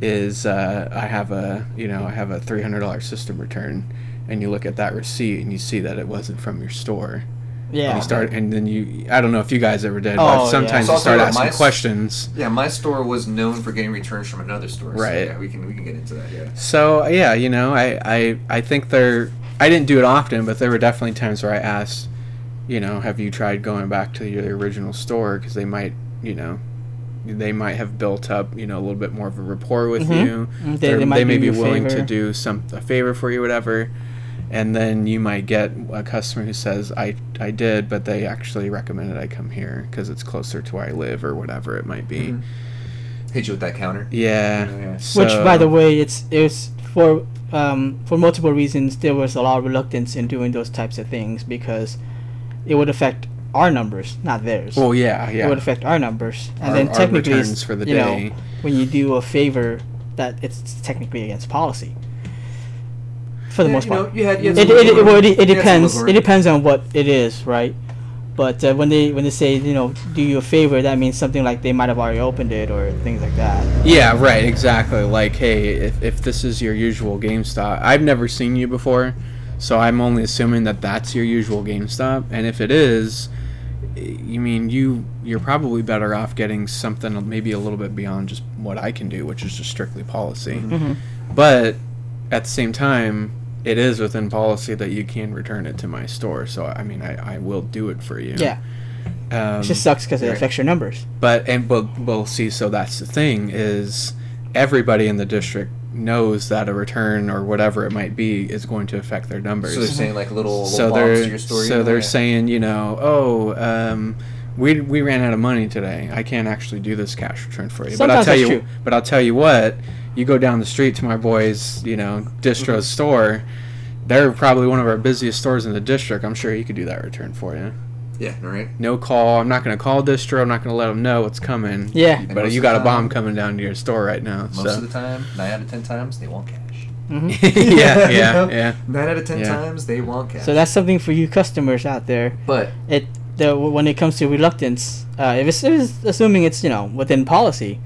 Speaker 3: is uh, I have a you know I have a three hundred dollar system return, and you look at that receipt and you see that it wasn't from your store. And
Speaker 1: (laughs) Yeah.
Speaker 3: you start and then you I don't know if you guys ever did,
Speaker 1: Oh,
Speaker 3: but
Speaker 1: yeah.
Speaker 3: sometimes
Speaker 2: So
Speaker 3: you
Speaker 2: I'll
Speaker 3: start
Speaker 2: tell you what,
Speaker 3: asking
Speaker 2: my-
Speaker 3: questions.
Speaker 2: Yeah, my store was known for getting returns from another store. so
Speaker 3: Right.
Speaker 2: yeah, we can we can get into that. Yeah.
Speaker 3: So yeah, you know, I, I I think there I didn't do it often, but there were definitely times where I asked, you know, have you tried going back to your original store because they might, you know, they might have built up, you know, a little bit more of a rapport with
Speaker 1: Mhm.
Speaker 3: you.
Speaker 1: Mm,
Speaker 3: They, they,
Speaker 1: might
Speaker 3: may
Speaker 1: do
Speaker 3: be
Speaker 1: you a
Speaker 3: willing to
Speaker 1: favor.
Speaker 3: do some a favor for you, whatever. And then you might get a customer who says, "I I did, but they actually recommended I come here because it's closer to where I live or whatever it might be."
Speaker 2: Mhm. Hit you with that counter.
Speaker 3: Yeah.
Speaker 2: Yeah. Which,
Speaker 1: Mm-hmm. Which, by
Speaker 3: so-
Speaker 1: the way, it's it's for um, for multiple reasons. There was a lot of reluctance in doing those types of things because it would affect our numbers, not theirs.
Speaker 3: well, yeah, yeah.
Speaker 1: It would affect our numbers, and
Speaker 3: Our-
Speaker 1: then
Speaker 3: our
Speaker 1: technically, it's-
Speaker 3: returns for the
Speaker 1: you
Speaker 3: day.
Speaker 1: know, when you do a favor, that it's technically against policy. For the
Speaker 2: Yeah,
Speaker 1: most
Speaker 2: you know,
Speaker 1: part,
Speaker 2: you had- you had
Speaker 1: it, it, it,
Speaker 2: some
Speaker 1: well, it,
Speaker 2: wiggle
Speaker 1: it
Speaker 2: room. You had some
Speaker 1: depends.
Speaker 2: wiggle
Speaker 1: It
Speaker 2: room.
Speaker 1: depends on what it is, right? But uh, when they when they say you know do you a favor, that means something like they might have already opened it or things like that.
Speaker 3: Yeah, right, exactly. Like, hey, if, if this is your usual GameStop, I've never seen you before, so I'm only assuming that that's your usual GameStop. And if it is, y- you mean you you're probably better off getting something maybe a little bit beyond just what I can do, which is just strictly policy.
Speaker 1: Mm-hmm.
Speaker 3: But at the same time, it is within policy that you can return it to my store. So I mean, I, I will do it for you.
Speaker 1: Yeah,
Speaker 3: Um,
Speaker 1: it just sucks because it
Speaker 2: right.
Speaker 1: affects your numbers.
Speaker 3: but and we'll, we'll see so that's the thing is everybody in the district knows that a return or whatever it might be is going to affect their numbers
Speaker 2: So they're saying like little, little
Speaker 3: so
Speaker 2: bombs
Speaker 3: they're,
Speaker 2: to your store. you
Speaker 3: so
Speaker 2: know?
Speaker 3: they're
Speaker 2: Yeah.
Speaker 3: saying you know oh um, we, we ran out of money today i can't actually do this cash return for you but i'll
Speaker 1: Sometimes
Speaker 3: tell
Speaker 1: that's
Speaker 3: you
Speaker 1: true.
Speaker 3: but i'll tell you what you go down the street to my boys you know distro
Speaker 1: Mm-hmm.
Speaker 3: store they're probably one of our busiest stores in the district i'm sure he could do that return for you
Speaker 2: Yeah. All right.
Speaker 3: no call. I'm not going to call distro. I'm not going to let them know what's coming.
Speaker 1: Yeah.
Speaker 2: And most
Speaker 3: But
Speaker 2: of
Speaker 3: you
Speaker 2: the
Speaker 3: got a
Speaker 2: time-
Speaker 3: bomb coming down to your store right now.
Speaker 2: Most
Speaker 3: so. (laughs)
Speaker 2: of the time, nine out of ten times, they want cash.
Speaker 1: Mm-hmm.
Speaker 2: (laughs)
Speaker 3: yeah,
Speaker 2: You
Speaker 3: yeah,
Speaker 2: know?
Speaker 3: yeah.
Speaker 2: Nine out of ten
Speaker 3: Yeah.
Speaker 2: times, they want cash.
Speaker 1: So that's something for you customers out there.
Speaker 2: but
Speaker 1: It the, when it comes to reluctance, uh, if it's, if it's assuming it's you know within policy,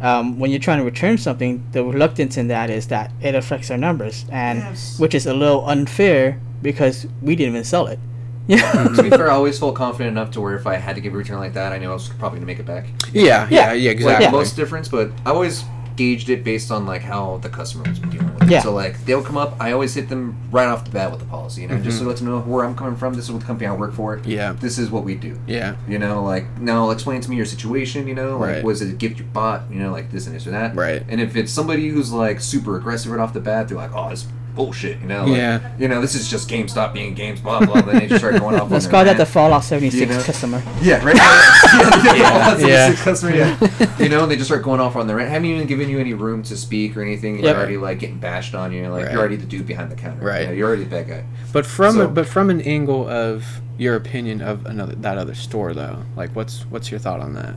Speaker 1: um, when you're trying to return something, the reluctance in that is that it affects our numbers, and
Speaker 2: Yes.
Speaker 1: which is a little unfair because we didn't even sell it. (laughs) Yeah,
Speaker 2: to be fair, I always felt confident enough to where if I had to give a return like that, I knew I was probably gonna make it back.
Speaker 3: Yeah, yeah,
Speaker 1: Yeah.
Speaker 3: yeah,
Speaker 2: Like
Speaker 3: exactly.
Speaker 2: most difference, but I always gauged it based on like how the customer was dealing with it.
Speaker 1: Yeah.
Speaker 2: So like they'll come up, I always hit them right off the bat with the policy, you know, just to let them know where I'm coming from. This is what the company I work for.
Speaker 3: Mm-hmm. Yeah.
Speaker 2: This is what we do.
Speaker 3: yeah,
Speaker 2: You know, like now explain to me your situation. You know, like
Speaker 3: Right.
Speaker 2: was it a gift you bought? You know, like this and this or that.
Speaker 3: Right.
Speaker 2: And if it's somebody who's like super aggressive right off the bat, they're like, oh, it's bullshit. You know. like,
Speaker 3: Yeah.
Speaker 2: You know, this is just GameStop being games, blah blah. Then they just start going
Speaker 1: (laughs)
Speaker 2: off.
Speaker 1: (laughs)
Speaker 2: on
Speaker 1: let's
Speaker 2: their
Speaker 1: call that
Speaker 2: rant.
Speaker 1: the Fallout 76
Speaker 2: You know?
Speaker 1: customer.
Speaker 2: Yeah, right. (laughs) yeah, yeah,
Speaker 3: Yeah.
Speaker 2: yeah.
Speaker 1: (laughs)
Speaker 2: Customer, yeah. you know, and they just start going off on their rant. Haven't even given you any room to speak or anything. You're
Speaker 1: Yep.
Speaker 2: already like getting bashed on. You're like
Speaker 3: Right.
Speaker 2: you're already the dude behind the counter.
Speaker 3: Right.
Speaker 2: You know, you're already that guy.
Speaker 3: but from
Speaker 2: So-
Speaker 3: a, but from an angle of your opinion of another that other store though, like what's what's your thought on that?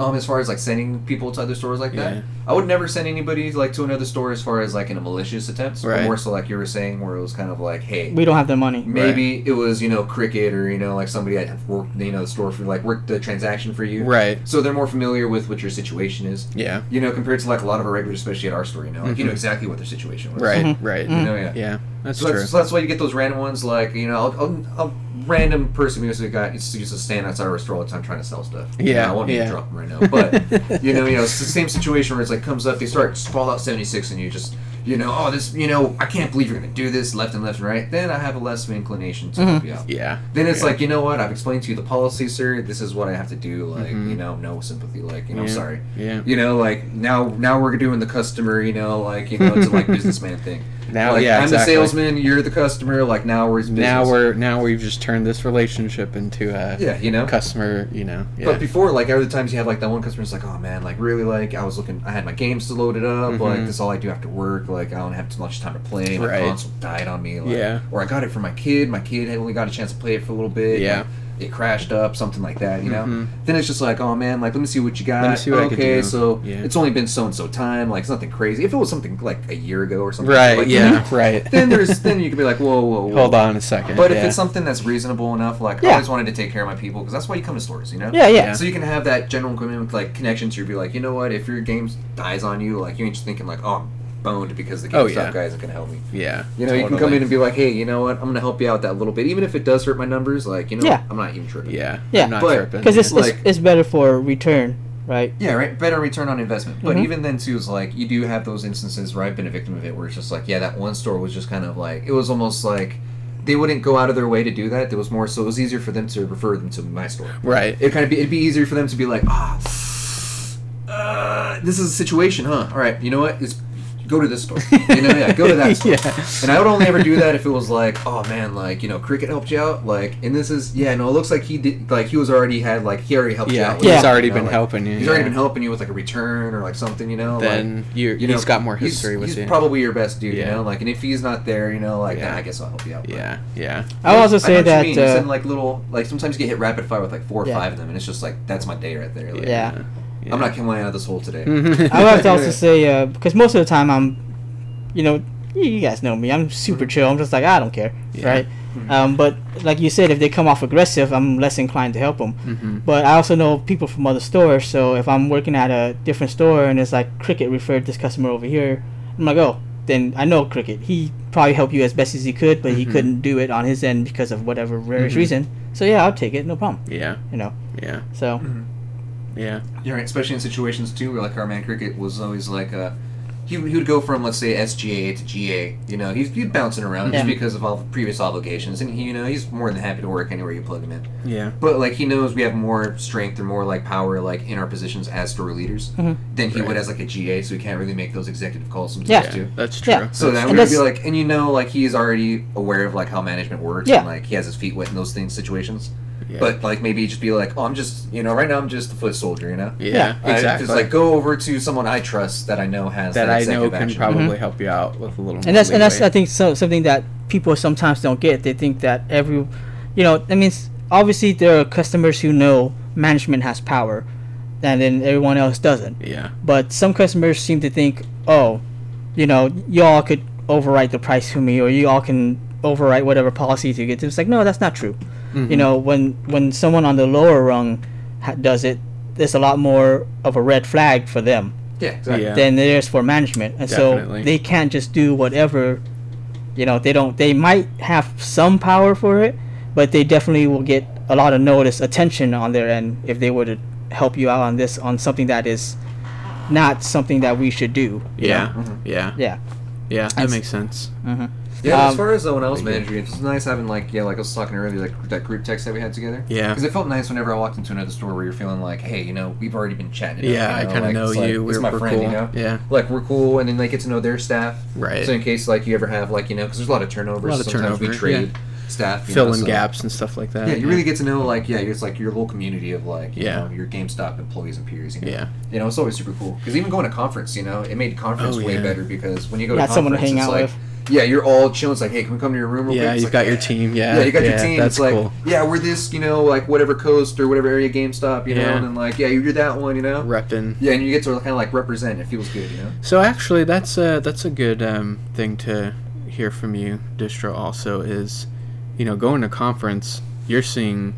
Speaker 2: Um, as far as like sending people to other stores like that,
Speaker 3: Yeah.
Speaker 2: I would never send anybody like to another store as far as like in a malicious attempt. But
Speaker 3: Right.
Speaker 2: More so like you were saying, where it was kind of like, hey,
Speaker 1: We don't have the money.
Speaker 2: maybe it was you know Cricket or you know like somebody that had worked you know the store for like worked the transaction for you.
Speaker 3: Right.
Speaker 2: So they're more familiar with what your situation is.
Speaker 3: Yeah,
Speaker 2: You know, compared to like a lot of our regulars, especially at our store, you know, like you know exactly what their situation was.
Speaker 3: Mm-hmm. right, right.
Speaker 2: You know, yeah.
Speaker 3: Yeah, that's
Speaker 2: Mm-hmm. So
Speaker 3: true.
Speaker 2: that's, so that's why you get those random ones like you know I'll, I'll, I'll random person who got used to stand outside our store all the time trying to sell stuff. You
Speaker 3: Yeah,
Speaker 2: know, I want to
Speaker 3: yeah.
Speaker 2: be drunk right now,
Speaker 3: (laughs)
Speaker 2: but you know, you know, it's the same situation where it's like comes up, they start Fallout seventy six, and you just. You know, oh, this. You know, I can't believe you're gonna do this left and left and right. Then I have a less of an inclination to help you out.
Speaker 3: Yeah.
Speaker 2: Then it's
Speaker 3: Mm-hmm. Yeah.
Speaker 2: like, you know what? I've explained to you the policy, sir. This is what I have to do. Like,
Speaker 3: Mhm.
Speaker 2: you know, no sympathy. Like, you know,
Speaker 3: Yeah.
Speaker 2: sorry.
Speaker 3: Yeah.
Speaker 2: You know, like now, now we're doing the customer. You know, like you know, it's a,
Speaker 3: (laughs)
Speaker 2: like businessman thing.
Speaker 3: Now,
Speaker 2: like,
Speaker 3: yeah,
Speaker 2: I'm
Speaker 3: exactly.
Speaker 2: the salesman. You're the customer. Like now we're business.
Speaker 3: Now we're now we've just turned this relationship into a
Speaker 2: yeah, you know.
Speaker 3: customer. You know. Yeah.
Speaker 2: But before, like other times, you had like that one customer who's like, "Oh man, like really, like I was looking, I had my games loaded up, like
Speaker 3: Mhm.
Speaker 2: this is all I do after work, like I don't have too much time to play, my
Speaker 3: Right.
Speaker 2: console died on me, like,
Speaker 3: Yeah.
Speaker 2: or I got it for my kid, my kid had only got a chance to play it for a little bit,
Speaker 3: Yeah.
Speaker 2: like, it crashed up, something like that, you know.
Speaker 3: Mhm.
Speaker 2: Then it's just like, oh man, like let me see what you got.
Speaker 3: Let me see what
Speaker 2: okay,
Speaker 3: I can do.
Speaker 2: so
Speaker 3: Yeah.
Speaker 2: it's only been so and so time, like it's nothing crazy. If it was something like a year ago or something,
Speaker 3: Right.
Speaker 2: like, (laughs)
Speaker 3: yeah. Right.
Speaker 2: Then there's then you can be like, whoa, whoa, whoa.
Speaker 3: Hold on a second.
Speaker 2: But
Speaker 3: yeah.
Speaker 2: if it's something that's reasonable enough, like I
Speaker 1: Yeah.
Speaker 2: always wanted to take care of my people because that's why you come to stores, you know.
Speaker 1: Yeah, yeah.
Speaker 3: Yeah.
Speaker 2: So you can have that general commitment, like connections. You'd be like, you know what? If your game dies on you, like you ain't just thinking like, oh, I'm boned because the GameStop
Speaker 3: Oh, yeah.
Speaker 2: guy isn't gonna help me.
Speaker 3: yeah.
Speaker 2: You know, you can come
Speaker 3: totally.
Speaker 2: in and be like, hey, you know what? I'm gonna help you out that little bit, even if it does hurt my numbers. Like, you know,
Speaker 1: Yeah.
Speaker 2: I'm not even tripping.
Speaker 3: Yeah.
Speaker 1: Yeah.
Speaker 3: I'm not
Speaker 2: But-
Speaker 3: tripping.
Speaker 1: because it's,
Speaker 3: yeah.
Speaker 1: it's
Speaker 2: Like-
Speaker 1: it's better for return, right?
Speaker 2: Yeah, right. Better return on investment. But
Speaker 1: Mhm.
Speaker 2: even then, too, is like you do have those instances where I've been a victim of it, where it's just like, yeah, that one store was just kind of like it was almost like they wouldn't go out of their way to do that. There was more, so it was easier for them to refer them to my store.
Speaker 3: right.
Speaker 2: It kind of be it'd be easier for them to be like, ah, uh, this is a situation, huh? All right, you know what? It's go to this store. You know, yeah, go to
Speaker 3: (laughs)
Speaker 2: that store.
Speaker 3: Yeah.
Speaker 2: And I would only ever do that if it was like, oh man, like you know, Cricket helped you out, like, and this is yeah, no, it looks like he did, like he was already had, like he already helped you
Speaker 3: yeah.
Speaker 2: out.
Speaker 3: He's
Speaker 2: with
Speaker 1: Yeah.
Speaker 2: it, you
Speaker 3: already
Speaker 2: know,
Speaker 3: been
Speaker 2: like,
Speaker 3: helping you.
Speaker 2: He's
Speaker 3: yeah.
Speaker 2: already been helping you with like a return or like something, you know. like,
Speaker 3: Then you.
Speaker 2: you know,
Speaker 3: he's got more
Speaker 2: he's-
Speaker 3: history with
Speaker 2: he's
Speaker 3: you.
Speaker 2: probably your best dude,
Speaker 3: Yeah.
Speaker 2: you know. Like, and if he's not there, you know, like,
Speaker 3: Yeah.
Speaker 2: nah, I guess I'll help you out. but-
Speaker 3: yeah. Yeah.
Speaker 1: I would also
Speaker 2: know
Speaker 1: say
Speaker 2: what you
Speaker 1: that
Speaker 2: mean. You send,
Speaker 1: uh,
Speaker 2: like little like sometimes you get hit rapid fire with like four or
Speaker 1: Yeah.
Speaker 2: five of them, and it's just like that's my day right there. Like,
Speaker 1: Yeah. Mm-hmm.
Speaker 3: yeah.
Speaker 2: I'm not coming out of this hole today.
Speaker 3: (laughs)
Speaker 1: I would have to also say uh, because most of the time I'm, you know, you- you guys know me. I'm super chill. I'm just like "Ah, I don't care,
Speaker 3: Mm-hmm. Yeah. Mm-hmm.
Speaker 1: right? Um, but like you said, if they come off aggressive, I'm less inclined to help them.
Speaker 3: Mhm.
Speaker 1: But I also know people from other stores. So if I'm working at a different store and it's like Cricket referred this customer over here, I'm like, oh, then I know Cricket. He probably helped you as best as he could, but he
Speaker 3: Mhm.
Speaker 1: couldn't do it on his end because of whatever various
Speaker 3: Mhm.
Speaker 1: reason. So yeah, I'll take it, no problem.
Speaker 3: Yeah.
Speaker 1: You know.
Speaker 3: Yeah.
Speaker 1: So
Speaker 3: Yeah.
Speaker 2: Mm-hmm. You're right, especially in situations too where like our man Cricket was always like uh he, he would go from let's say SGA to GA. You know, he's he'd bouncing around just
Speaker 1: Yeah.
Speaker 2: because of all the previous obligations, and he, you know he's more than happy to work anywhere you plug him in.
Speaker 3: Yeah.
Speaker 2: But like he knows we have more strength or more like power like in our positions as store leaders
Speaker 1: Mhm.
Speaker 2: than he
Speaker 3: Right.
Speaker 2: would as like a GA, so he can't really make those executive calls sometimes
Speaker 1: Yeah.
Speaker 2: too.
Speaker 3: That's true.
Speaker 1: Yeah.
Speaker 2: So
Speaker 3: That's
Speaker 2: that
Speaker 1: And
Speaker 2: would
Speaker 1: that's-
Speaker 2: be like, and you know, like he's already aware of like how management works,
Speaker 1: Yeah.
Speaker 2: and like he has his feet wet in those things situations.
Speaker 3: true. yeah.
Speaker 2: But like maybe just be like, oh, I'm just, you know, right now I'm just a foot soldier, you know.
Speaker 3: yeah,
Speaker 2: I-
Speaker 3: exactly.
Speaker 2: Just like go over to someone I trust that I know has that,
Speaker 3: that I know
Speaker 2: executive
Speaker 3: can
Speaker 2: action.
Speaker 3: probably help you out with a little. more
Speaker 1: Mm-hmm. and that's and that's I
Speaker 3: leeway.
Speaker 1: think so, something that people sometimes don't get. They think that every, you know, I mean, s- obviously there are customers who know management has power, and then everyone else doesn't.
Speaker 3: Yeah.
Speaker 1: But some customers seem to think, oh, you know, y'all could overwrite the price for me, or you all can overwrite whatever policy to get to. It's like no, that's not true. You know, when when someone on the lower rung ha- does it, there's a lot more of a red flag for them
Speaker 2: Yeah, exactly.
Speaker 3: Yeah.
Speaker 1: than there is for management, and
Speaker 3: Definitely.
Speaker 1: so they can't just do whatever. You know, they don't. They might have some power for it, but they definitely will get a lot of notice, attention on their end if they were to help you out on this on something that is not something that we should do. you
Speaker 3: Yeah. Mm-hmm.
Speaker 1: know?
Speaker 3: Yeah.
Speaker 1: Yeah.
Speaker 3: Yeah. That
Speaker 1: That's-
Speaker 3: makes sense.
Speaker 2: Yeah, as
Speaker 1: Um,
Speaker 2: far as uh, when I was managing, it's nice having like yeah, like I was talking earlier, like that group text that we had together.
Speaker 3: Yeah.
Speaker 2: because it felt nice whenever I walked into another store where you're feeling like, hey, you know, we've already been chatting. it up,
Speaker 3: Yeah,
Speaker 2: you
Speaker 3: I kinda
Speaker 2: like,
Speaker 3: know
Speaker 2: it's like,
Speaker 3: you,
Speaker 2: it's
Speaker 3: we're-
Speaker 2: my
Speaker 3: we're
Speaker 2: friend, you
Speaker 3: cool.
Speaker 2: know?
Speaker 3: Yeah.
Speaker 2: like we're cool, and then they get to know their staff.
Speaker 3: Right.
Speaker 2: So in case like you ever have like you know, because there's a lot of turnover.
Speaker 3: A lot
Speaker 2: so
Speaker 3: of
Speaker 2: sometimes we
Speaker 3: turnover,
Speaker 2: trade staff, you
Speaker 3: Fill
Speaker 2: know,
Speaker 3: in
Speaker 2: so-
Speaker 3: gaps and stuff like that.
Speaker 2: Yeah, you really get to know like yeah, it's like your little community of like you
Speaker 3: Yeah.
Speaker 2: know, your GameStop employees and peers. You know?
Speaker 3: Yeah.
Speaker 2: you know it's always super cool because even going to conference, you know, it made conference
Speaker 3: Oh,
Speaker 2: way
Speaker 3: yeah.
Speaker 2: better because when you go
Speaker 1: You
Speaker 2: to
Speaker 1: had someone to
Speaker 2: conference,
Speaker 1: hang
Speaker 2: it's
Speaker 1: out
Speaker 2: like yeah, you're all chilling. It's like hey, can we come to your room? Real
Speaker 3: Yeah,
Speaker 2: quick? It's
Speaker 3: you've
Speaker 2: like,
Speaker 3: got your team. Yeah.
Speaker 2: yeah, you got your team.
Speaker 3: That's
Speaker 2: it's like,
Speaker 3: cool.
Speaker 2: yeah, we're this, you know, like whatever coast or whatever area GameStop, you know,
Speaker 3: Yeah.
Speaker 2: and then like, yeah, you did that one, you know,
Speaker 3: Repping.
Speaker 2: yeah, and you get to kind of like represent. It feels good, you know.
Speaker 3: So actually, that's a that's a good um, thing to hear from you, Distro. Also, is you know going to conference, you're seeing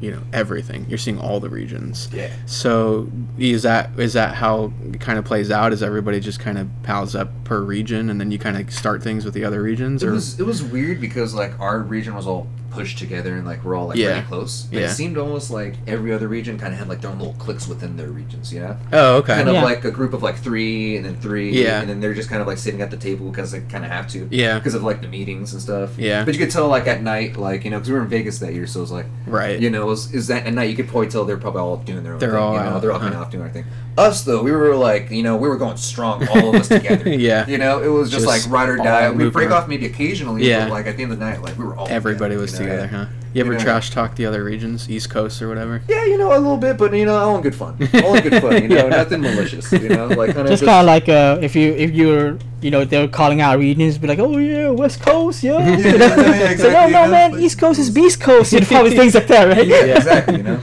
Speaker 3: you know everything. You're seeing all the regions.
Speaker 2: Yeah.
Speaker 3: So is that is that how it kind of plays out? Is everybody just kind of pals up per region, and then you kind of start things with the other regions,
Speaker 2: It
Speaker 3: or
Speaker 2: was it was weird because like our region was all pushed together and like we're all like
Speaker 3: Yeah.
Speaker 2: pretty close. Like,
Speaker 3: Yeah.
Speaker 2: It seemed almost like every other region kind of had like their own little cliques within their regions, you know?
Speaker 3: Oh, okay.
Speaker 2: Kind of
Speaker 1: Yeah.
Speaker 2: like a group of like three and then three,
Speaker 3: Yeah.
Speaker 2: and then they're just kind of like sitting at the table because they kind of have to,
Speaker 3: Yeah.
Speaker 2: because of like the meetings and stuff.
Speaker 3: Yeah.
Speaker 2: But you could tell like at night, like you know, because we were in Vegas that year, so it was like
Speaker 3: Right.
Speaker 2: you know, is, is that at night you could probably tell they're probably all doing their own
Speaker 3: They're
Speaker 2: thing.
Speaker 3: all
Speaker 2: you know,
Speaker 3: out, Uh-huh.
Speaker 2: they're all kind
Speaker 3: huh.
Speaker 2: of off doing their thing. Us though, we were like, you know, we were going strong, all of us together.
Speaker 3: (laughs) Yeah.
Speaker 2: You know, it was just,
Speaker 3: Just
Speaker 2: like ride or
Speaker 3: all
Speaker 2: die. We
Speaker 3: moving
Speaker 2: break
Speaker 3: around.
Speaker 2: off maybe occasionally,
Speaker 3: Yeah.
Speaker 2: but like at the end of the night, like we were all
Speaker 3: Everybody was
Speaker 2: you know,
Speaker 3: together,
Speaker 2: yeah.
Speaker 3: huh? You ever
Speaker 2: Yeah.
Speaker 3: trash talk the other regions, East Coast or whatever?
Speaker 2: Yeah, you know, a little bit, but you know, all in good
Speaker 3: (laughs)
Speaker 2: fun. All in good fun, you know,
Speaker 3: Yeah.
Speaker 2: nothing malicious, you know, like kind of
Speaker 1: Just kind of like uh, if you if you're you know they're calling out regions, be like, oh yeah, West Coast, yeah.
Speaker 2: (laughs)
Speaker 1: (laughs)
Speaker 2: yeah, yeah, exactly,
Speaker 1: so, no,
Speaker 2: you
Speaker 1: no,
Speaker 2: know,
Speaker 1: man,
Speaker 2: like-
Speaker 1: East Coast is Beast Coast. You know, probably things like that, right?
Speaker 2: (laughs) (laughs) yeah, exactly. You know,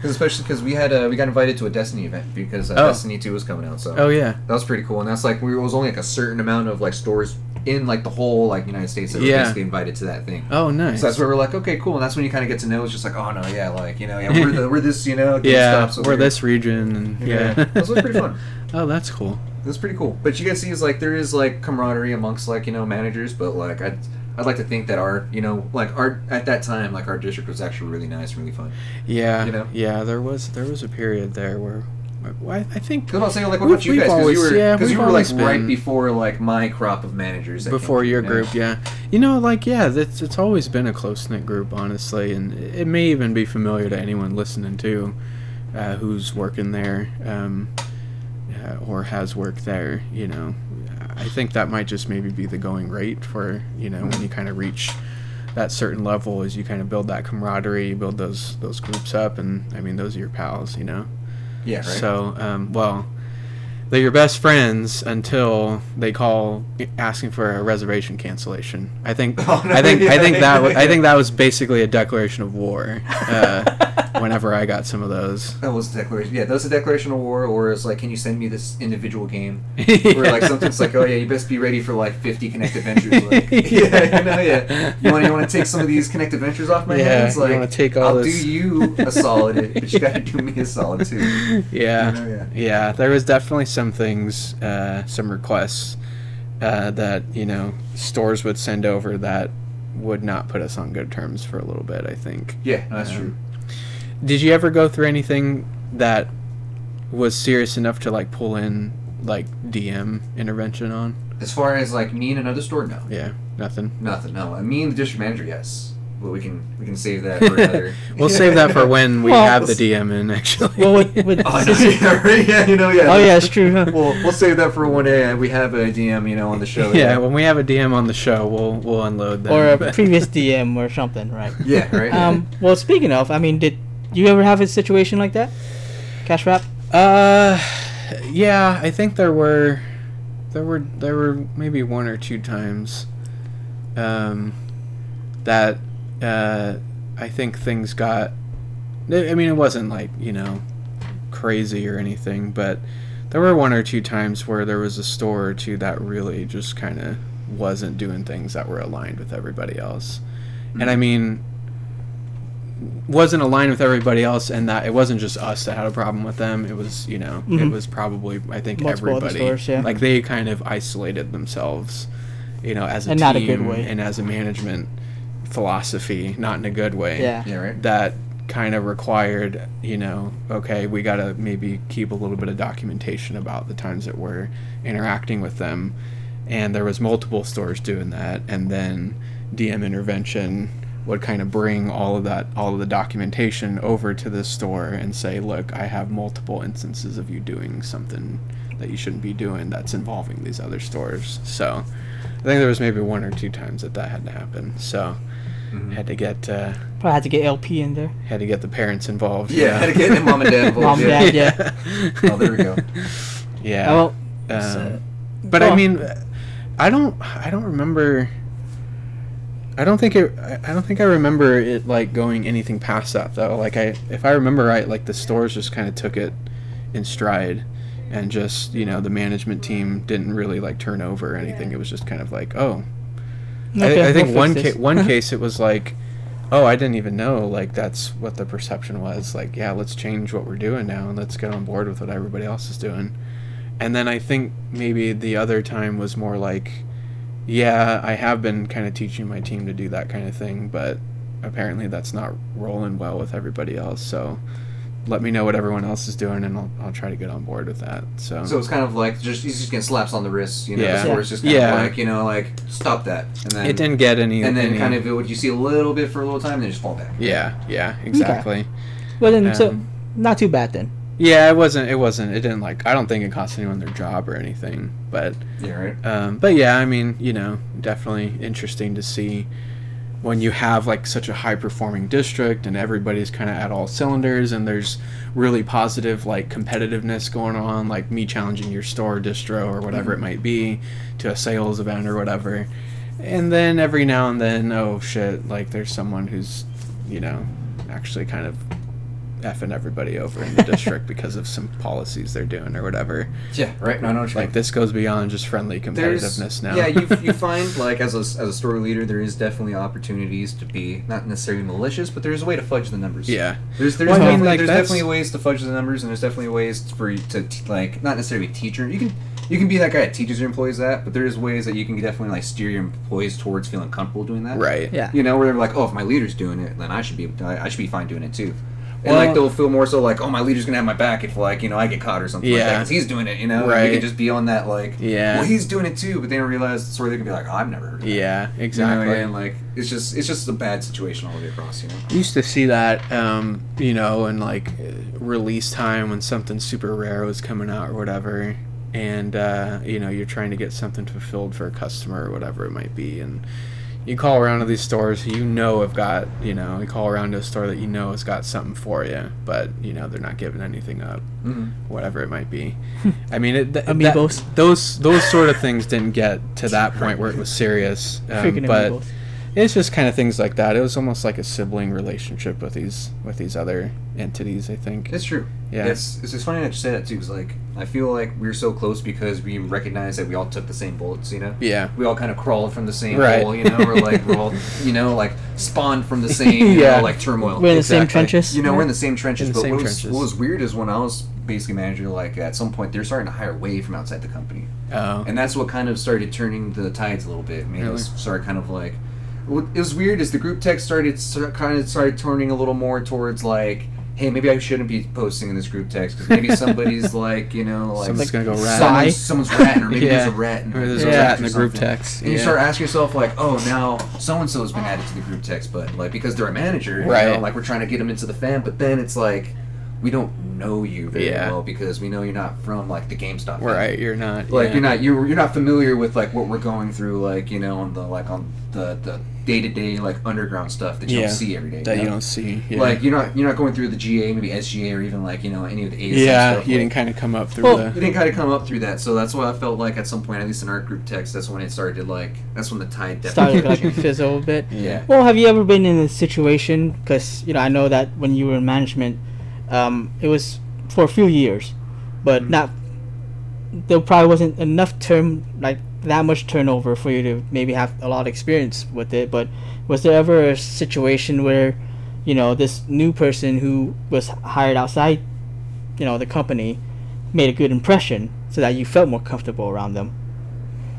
Speaker 2: 'Cause especially because we had uh, we got invited to a Destiny event because uh,
Speaker 3: Oh.
Speaker 2: Destiny Two was coming out. So
Speaker 3: Oh yeah.
Speaker 2: That was pretty cool, and that's like we it was only like a certain amount of like stores in like the whole like United States that
Speaker 3: Yeah.
Speaker 2: were basically invited to that thing.
Speaker 3: Oh nice.
Speaker 2: So that's where we're like, okay, cool, and that's when you kind of get to know. It's just like, oh no, yeah, like you know, yeah, we're,
Speaker 3: (laughs)
Speaker 2: the, we're this, you know,
Speaker 3: yeah,
Speaker 2: GameStop, so
Speaker 3: we're this region and yeah.
Speaker 2: Yeah, this was
Speaker 3: (laughs)
Speaker 2: pretty fun.
Speaker 3: oh, that's cool.
Speaker 2: It was pretty cool, but you can see is like there is like camaraderie amongst like you know managers, but like I'd I'd like to think that our you know like our at that time like our district was actually really nice and really fun.
Speaker 3: Yeah.
Speaker 2: You know?
Speaker 3: Yeah, there was there was a period there where, where I I think
Speaker 2: Because I was saying like what about you
Speaker 3: We've
Speaker 2: guys? Because
Speaker 3: always-
Speaker 2: you were
Speaker 3: yeah,
Speaker 2: because you
Speaker 3: we've
Speaker 2: were like
Speaker 3: always
Speaker 2: right
Speaker 3: been-
Speaker 2: before like my crop of managers that came
Speaker 3: before
Speaker 2: through,
Speaker 3: your
Speaker 2: you know?
Speaker 3: group yeah you know like yeah that's it's always been a close-knit group honestly and it may even be familiar to anyone listening to uh, who's working there um, uh, or has worked there you know i think that might just maybe be the going rate for you know when you kind of reach that certain level is you kind of build that camaraderie you build those those groups up and i mean those are your pals you know
Speaker 2: Yeah, right.
Speaker 3: so, um, well, they're your best friends until they call asking for a reservation cancellation. I think
Speaker 2: (laughs) Oh, no,
Speaker 3: I think I think
Speaker 2: yeah,
Speaker 3: that was, I
Speaker 2: yeah.
Speaker 3: think that was basically a declaration of war.
Speaker 2: (laughs)
Speaker 3: Uh, whenever I got some of those,
Speaker 2: That was a declaration. Yeah, that was a declaration of war, or it's like, can you send me this individual
Speaker 3: (laughs)
Speaker 2: game?
Speaker 3: Yeah.
Speaker 2: Or like something's like, oh yeah, you best be ready for like 50 Connect Adventures. Like, (laughs) yeah,
Speaker 3: (laughs)
Speaker 2: you know, yeah. You want you want to take some of these Connect Adventures off my
Speaker 3: Yeah,
Speaker 2: hands?
Speaker 3: you
Speaker 2: Like,
Speaker 3: wanna take all
Speaker 2: I'll
Speaker 3: this-
Speaker 2: do you a solid, (laughs) but you got to do me a solid too.
Speaker 3: (laughs) yeah,
Speaker 2: You know, yeah.
Speaker 3: yeah, there was definitely some things, uh, some requests uh, that you know stores would send over that would not put us on good terms for a little bit. I think.
Speaker 2: Yeah, no, that's true.
Speaker 3: Did you ever go through anything that was serious enough to like pull in like DM intervention on?
Speaker 2: As far as like me and another store, no,
Speaker 3: Yeah, nothing.
Speaker 2: nothing. No, me and the district manager, yes. But we can we can save that
Speaker 3: (laughs)
Speaker 2: for another.
Speaker 3: We'll save that
Speaker 2: (laughs)
Speaker 3: for when we
Speaker 1: (laughs) Well,
Speaker 3: have the
Speaker 1: let's-
Speaker 3: DM in actually.
Speaker 1: Well, with, with,
Speaker 2: Oh, I know, (laughs) yeah, right, yeah, you know,
Speaker 1: (laughs)
Speaker 2: yeah.
Speaker 1: oh yeah, it's true. Huh?
Speaker 2: (laughs) We'll, we'll save that for one day. We have a DM, you know, on the show.
Speaker 3: (laughs) yeah, when we have a DM on the show, we'll we'll unload them.
Speaker 1: or
Speaker 3: (laughs)
Speaker 1: a
Speaker 3: but-
Speaker 1: previous DM or something, right?
Speaker 2: Yeah,
Speaker 3: (laughs)
Speaker 2: right.
Speaker 1: Um, well, speaking of, I mean, did you ever have a situation like that? Cash wrap?
Speaker 3: Uh, yeah, I think there were, there were, there were maybe one or two times, um, that, uh, I think things got. I I mean, it wasn't like you know, crazy or anything, but there were one or two times where there was a store or two that really just kind of wasn't doing things that were aligned with everybody else, and
Speaker 1: Mm-hmm.
Speaker 3: I mean, wasn't aligned with everybody else and that it wasn't just us that had a problem with them it was you know it
Speaker 1: Mhm.
Speaker 3: was probably i think
Speaker 1: Multiple other
Speaker 3: everybody
Speaker 1: stores, yeah.
Speaker 3: like they kind of isolated themselves you know as a
Speaker 1: And
Speaker 3: team
Speaker 1: not a good way.
Speaker 3: and as a management philosophy not in a good way
Speaker 1: Yeah.
Speaker 2: Yeah, right.
Speaker 3: that kind of required you know okay we got to maybe keep a little bit of documentation about the times that we're interacting with them and there was multiple stores doing that and then dm intervention would kind of bring all of that all of the documentation over to the store and say look i have multiple instances of you doing something that you shouldn't be doing that's involving these other stores so i think there was maybe one or two times that that had to happen so had to get uh,
Speaker 1: Probably had to get LP in there.
Speaker 3: had to get the parents involved.
Speaker 2: Yeah, had to get the
Speaker 3: (laughs)
Speaker 2: mom and dad involved.
Speaker 1: Mom,
Speaker 2: yeah.
Speaker 1: dad.
Speaker 2: Oh, there we go.
Speaker 3: Yeah.
Speaker 1: Oh,
Speaker 3: Um,
Speaker 1: so-
Speaker 3: but
Speaker 1: go
Speaker 3: I
Speaker 1: on.
Speaker 3: mean, I don't. I don't remember. I don't think it. I I don't think I remember it like going anything past that though. Like I, if I remember right, like the stores just kind of took it in stride, and just you know the management team didn't really like turn over or anything. It was just kind of like, oh, I,
Speaker 1: Okay,
Speaker 3: I think
Speaker 1: we'll
Speaker 3: one
Speaker 1: fix
Speaker 3: ca-
Speaker 1: this. (laughs)
Speaker 3: one case it was like, oh, I didn't even know like that's what the perception was. Like, yeah, let's change what we're doing now and let's get on board with what everybody else is doing. And then I think maybe the other time was more like, yeah, I have been kind of teaching my team to do that kind of thing, but apparently that's not rolling well with everybody else. So let me know what everyone else is doing, and I'll, I'll try to get on board with that. So,
Speaker 2: So it's kind of like just he's just getting slaps on the wrist, you know.
Speaker 3: Yeah.
Speaker 2: The score's just kind
Speaker 3: Yeah.
Speaker 2: of like you know, like stop that, and then
Speaker 3: it didn't get any.
Speaker 2: and then
Speaker 3: any-
Speaker 2: kind of it would you see a little bit for a little time, and then just fall back.
Speaker 3: Yeah, yeah, exactly.
Speaker 1: Well, then, so
Speaker 3: Um,
Speaker 1: not too bad then.
Speaker 3: yeah, it wasn't. It wasn't. It didn't like. I don't think it cost anyone their job or anything. But
Speaker 2: Yeah, right.
Speaker 3: Um, but yeah, I mean, you know, definitely interesting to see when you have like such a high performing district and everybody's kind of at all cylinders and there's really positive like competitiveness going on, like me challenging your store, distro, or whatever it might be to a sales event or whatever. And then every now and then, oh shit, like there's someone who's, you know, actually kind of effing everybody over in the district because of some policies they're doing or whatever.
Speaker 2: Yeah, right. No, I know what you're
Speaker 3: Like this goes beyond just friendly competitiveness now. (laughs)
Speaker 2: yeah, you, you find like as a as a story leader, there is definitely opportunities to be not necessarily malicious, but there's a way to fudge the numbers.
Speaker 3: yeah,
Speaker 2: There's there's,
Speaker 3: Well, I mean,
Speaker 2: definitely,
Speaker 3: like,
Speaker 2: there's
Speaker 3: that's-
Speaker 2: definitely ways to fudge the numbers, and there's definitely ways for you to t- like not necessarily teacher. You can you can be that guy that teaches your employees that, but there's ways that you can definitely like steer your employees towards feeling comfortable doing that.
Speaker 3: right.
Speaker 1: Yeah.
Speaker 2: You know, where they're like, oh, if my leader's doing it, then I should be I I should be fine doing it too. And
Speaker 3: Well-
Speaker 2: like they'll feel more so like, oh, my leader's gonna have my back if like you know I get caught or something like
Speaker 3: Yeah.
Speaker 2: that 'cause he's doing it. You know,
Speaker 3: Right.
Speaker 2: You can just be on that like,
Speaker 3: Yeah.
Speaker 2: well, he's doing it too, but they don't realize sort of they can be like, oh, I've never heard of that.
Speaker 3: Yeah,
Speaker 2: You know,
Speaker 3: exactly.
Speaker 2: and like it's just it's just a bad situation all the way across. You know.
Speaker 3: Used to see that, um, you know, in like uh, release time when something super rare was coming out or whatever, and uh, you know you're trying to get something fulfilled for a customer or whatever it might be, and you call around to these stores who you know have got, you know, you call around to a store that you know has got something for you, but you know they're not giving anything up.
Speaker 2: Mm-hmm.
Speaker 3: whatever it
Speaker 1: (laughs)
Speaker 3: might be. I mean, it, th-
Speaker 1: Amiibos.
Speaker 3: that- those those sort of things didn't get
Speaker 1: (laughs)
Speaker 3: to that point where it was serious. Um,
Speaker 1: Freaking
Speaker 3: but
Speaker 1: amigos.
Speaker 3: it's just kind of things like that. It was almost like a sibling relationship with these with these other entities. I think.
Speaker 2: It's true.
Speaker 3: Yeah.
Speaker 2: It's, it's, it's funny that you say that too, because like I feel like we are so close because we recognize that we all took the same bullets. You know.
Speaker 3: yeah.
Speaker 2: We all kind of crawled from the same
Speaker 3: Right.
Speaker 2: hole. You know, we're like
Speaker 3: (laughs)
Speaker 2: we're all you know like spawned from the same you
Speaker 3: Yeah.
Speaker 2: know, like turmoil.
Speaker 1: We're in the same
Speaker 3: exactly.
Speaker 1: trenches.
Speaker 2: You know, we're in the same trenches.
Speaker 3: In the
Speaker 2: but
Speaker 3: same
Speaker 2: what,
Speaker 3: trenches.
Speaker 2: Was, what was weird is when I was basically manager, like at some point they're starting to hire way from outside the company,
Speaker 3: Oh.
Speaker 2: and that's what kind of started turning the tides a little bit. Made
Speaker 3: Really?
Speaker 2: us start kind of like. What it was weird is the group text started sor- kind of started turning a little more towards like. Hey, maybe I shouldn't be posting in this group text because
Speaker 3: (laughs)
Speaker 2: maybe somebody's like, you know, like
Speaker 3: Someone's gonna go rat.
Speaker 1: Sigh.
Speaker 2: someone's, (laughs) someone's ratting, or maybe there's a rat, in
Speaker 3: Or there's
Speaker 1: Yeah.
Speaker 3: a rat in the
Speaker 2: or
Speaker 3: group
Speaker 2: something.
Speaker 3: text.
Speaker 2: And you
Speaker 3: yeah.
Speaker 2: start asking yourself, like, oh, now so and so's been added to the group text, but like because they're a manager, you know,
Speaker 3: Right.
Speaker 2: like we're trying to get them into the fan, but then it's like we don't know you very
Speaker 3: Yeah.
Speaker 2: well because we know you're not from like the GameStop. fan.
Speaker 3: right. You're not.
Speaker 2: Like
Speaker 3: yeah.
Speaker 2: you're not you're, you're not familiar with like what we're going through, like you know, on the like on the the day to day like underground stuff that you
Speaker 3: Yeah.
Speaker 2: don't see every day.
Speaker 3: That
Speaker 2: you
Speaker 3: you
Speaker 2: know?
Speaker 3: don't see. Yeah.
Speaker 2: Like you're not you're not going through the GA, maybe SGA, or even like you know any of the ASM
Speaker 3: yeah.
Speaker 2: stuff.
Speaker 3: You
Speaker 2: like-
Speaker 3: didn't kind of come up through
Speaker 1: Well,
Speaker 2: it
Speaker 3: the.
Speaker 2: didn't kind of come up through that, so that's why I felt like at some point, at least in our group text, that's when it started to like that's when the tide definitely
Speaker 1: Started to, like
Speaker 3: (laughs)
Speaker 2: changed.
Speaker 1: fizzle a bit.
Speaker 2: Yeah.
Speaker 1: Well, have you ever been in a situation? Because you know, I know that when you were in management, um, it was for a few years, but not. There probably wasn't enough term like that much turnover for you to maybe have a lot of experience with it. But was there ever a situation where, you know, this new person who was hired outside, you know, the company, made a good impression so that you felt more comfortable around them?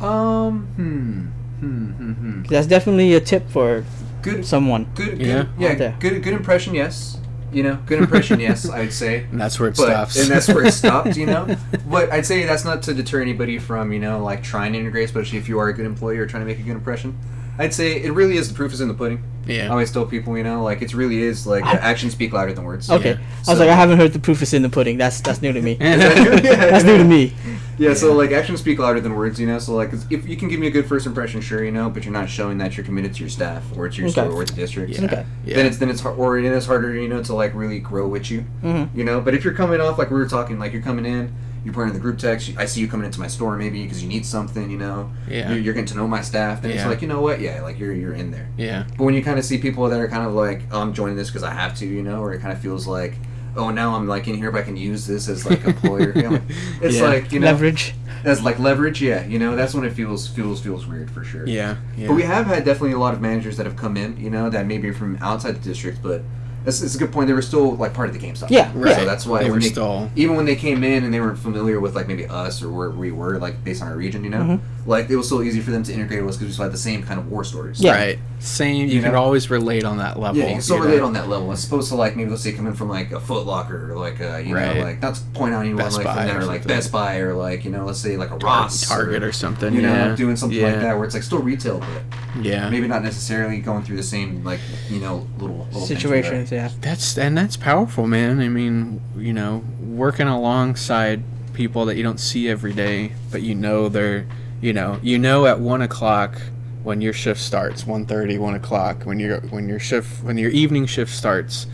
Speaker 2: Um. Hmm.
Speaker 3: (laughs)
Speaker 2: Hmm. Hmm. hmm.
Speaker 1: 'Cause that's definitely a tip for
Speaker 2: Good.
Speaker 1: someone.
Speaker 2: Good.
Speaker 3: Yeah.
Speaker 2: Good, yeah.
Speaker 1: Out there.
Speaker 2: Good. Good impression. Yes. You know. Good
Speaker 3: (laughs)
Speaker 2: impression. yes. I'd say.
Speaker 3: And that's where it
Speaker 2: But,
Speaker 3: stops.
Speaker 2: and that's where it stopped, you
Speaker 3: (laughs)
Speaker 2: know. But I'd say that's not to deter anybody from, you know, like trying to integrate, especially if you are a good employee or trying to make a good impression. I'd say it really is the proof is in the pudding. I
Speaker 3: yeah.
Speaker 2: always tell people, you know, like it really is like the actions speak louder than words.
Speaker 1: Okay.
Speaker 3: Yeah.
Speaker 1: I was
Speaker 2: So-
Speaker 1: like, I haven't heard the proof is in the pudding. That's that's new to me.
Speaker 2: (laughs) Yeah.
Speaker 1: that's new to me.
Speaker 2: Yeah, so like actions speak louder than words, you know. So like, if you can give me a good first impression, sure, you know, but you're not showing that you're committed to your staff or to your
Speaker 1: Okay.
Speaker 2: store or the district.
Speaker 3: Yeah.
Speaker 1: Okay.
Speaker 3: Yeah.
Speaker 2: Then it's then it's hard, or then it's harder, you know, to like really grow with you,
Speaker 1: Mhm.
Speaker 2: you know. But if you're coming off like we were talking, like you're coming in, you're putting in the group text. I see you coming into my store maybe because you need something, you know.
Speaker 3: Yeah.
Speaker 2: You're, you're getting to know my staff, then it's
Speaker 3: Yeah.
Speaker 2: like you know what, yeah, like you're you're in there.
Speaker 3: yeah.
Speaker 2: But when you kind of see people that are kind of like, oh, I'm joining this because I have to, you know, or it kind of feels like, oh, now I'm like in here, but I can use this as like
Speaker 3: (laughs)
Speaker 2: employer. feeling. It's
Speaker 3: Yeah.
Speaker 2: like you know,
Speaker 1: Leverage.
Speaker 2: that's like leverage, yeah. You know, that's when it feels feels feels weird for sure.
Speaker 3: Yeah. Yeah.
Speaker 2: But we have had definitely a lot of managers that have come in, you know, that maybe are from outside the district, but that's, it's a good point. They were still like part of the GameStop.
Speaker 1: Yeah,
Speaker 3: Right.
Speaker 2: So that's why
Speaker 3: they
Speaker 2: when
Speaker 3: were
Speaker 2: they-
Speaker 3: still.
Speaker 2: even when they came in and they weren't familiar with like maybe us or where we were, like based on our region, you know,
Speaker 1: Mm-hmm.
Speaker 2: like it was so easy for them to integrate with us because we still had the same kind of war stories.
Speaker 1: Yeah.
Speaker 3: Right. Same. You,
Speaker 2: You
Speaker 3: can
Speaker 2: know?
Speaker 3: always relate on that level.
Speaker 2: Yeah, you can still
Speaker 3: you
Speaker 2: relate
Speaker 3: know?
Speaker 2: on that level. As opposed to like maybe let's say coming from like a Foot Locker or like a, you
Speaker 3: Right.
Speaker 2: know like not to point out anyone
Speaker 3: Best
Speaker 2: like
Speaker 3: Buy
Speaker 2: from there
Speaker 3: or
Speaker 2: or like
Speaker 3: something.
Speaker 2: Best Buy or like you know let's say like a Ross
Speaker 3: Target or something.
Speaker 2: you know
Speaker 3: yeah.
Speaker 2: doing something
Speaker 3: yeah.
Speaker 2: like that where it's like still retail but
Speaker 3: Yeah.
Speaker 2: maybe not necessarily going through the same like you know little, little things
Speaker 1: situations. Yeah.
Speaker 3: That's and that's powerful, man. I mean, you know, working alongside people that you don't see every day, but you know they're, you know, you know at one o'clock when your shift starts, 1.30, 1 o'clock when your when your shift when your evening shift starts,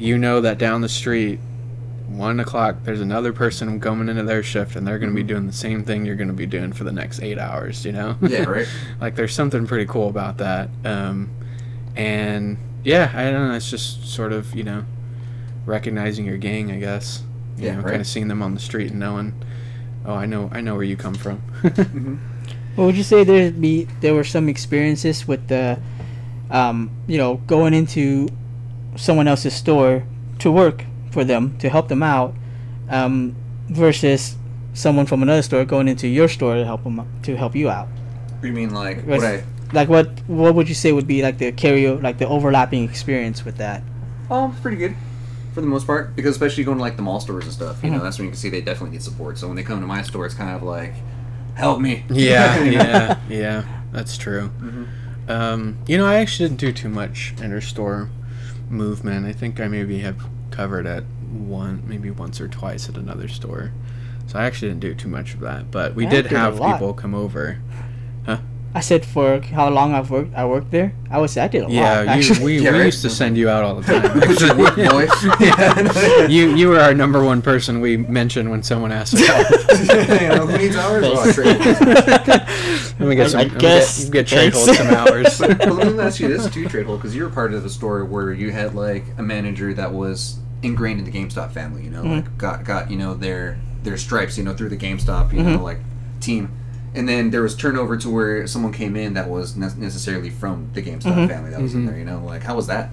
Speaker 3: you know that down the street, one o'clock there's another person going into their shift and they're going to be doing the same thing you're going to be doing for the next eight hours. You know.
Speaker 2: that. yeah right
Speaker 3: like there's something pretty cool about that um, and yeah i don't know it's just sort of you know recognizing your gang i guess you
Speaker 2: Yeah,
Speaker 3: know
Speaker 2: right.
Speaker 3: kind of seeing them on the street and knowing oh i know i know where you come from (laughs)
Speaker 1: Mm-hmm. Well, would you say there be there were some experiences with the, um, you know, going into someone else's store to work for them to help them out, um, versus someone from another store going into your store to help them to help you out.
Speaker 2: you mean like
Speaker 1: Was-
Speaker 2: what I
Speaker 1: Like what what would you say would be like the carrier like the overlapping experience with that?
Speaker 2: Um, pretty good for the most part because especially going to like the mall stores and stuff, you know, that's when you can see they definitely need support. So when they come to my store, it's kind of like, help me.
Speaker 1: (laughs)
Speaker 2: (laughs)
Speaker 3: yeah
Speaker 2: You know?
Speaker 3: yeah yeah that's true
Speaker 1: Mm-hmm.
Speaker 3: um, you know i actually didn't do too much interstore movement i think i maybe have covered it one maybe once or twice at another store so i actually didn't do too much of that but we
Speaker 1: I
Speaker 3: did
Speaker 1: did a
Speaker 3: have
Speaker 1: lot.
Speaker 3: people come over
Speaker 1: I said for how long I've worked I worked there. I would say I did a lot.
Speaker 3: Yeah, you,
Speaker 1: actually.
Speaker 2: (laughs)
Speaker 3: we,
Speaker 2: Yeah,
Speaker 3: we
Speaker 2: right.
Speaker 3: used to send you out all
Speaker 2: (laughs)
Speaker 3: the time.
Speaker 2: Put your work, boy.
Speaker 3: (laughs) Yeah. you you were our number one person we mentioned when someone asked for help.
Speaker 2: (laughs) You know, who needs hours? Oh,
Speaker 1: (laughs)
Speaker 2: I trade.
Speaker 3: Let me get some.
Speaker 1: I
Speaker 3: let me
Speaker 1: guess,
Speaker 3: get, get Trey
Speaker 1: thanks.
Speaker 3: Holt some
Speaker 1: (laughs)
Speaker 2: (laughs)
Speaker 3: hours.
Speaker 2: but, but let me ask you this too, Trade Hole, because you were part of the story where you had like a manager that was ingrained in the GameStop family. You know,
Speaker 1: Mm-hmm.
Speaker 2: like got got you know their their stripes. You know, through the GameStop. You
Speaker 1: Mm-hmm.
Speaker 2: know, like team. And then there was turnover to where someone came in that was ne- necessarily from the GameStop
Speaker 1: Mm-hmm.
Speaker 2: family that was in there. You know, like how was that?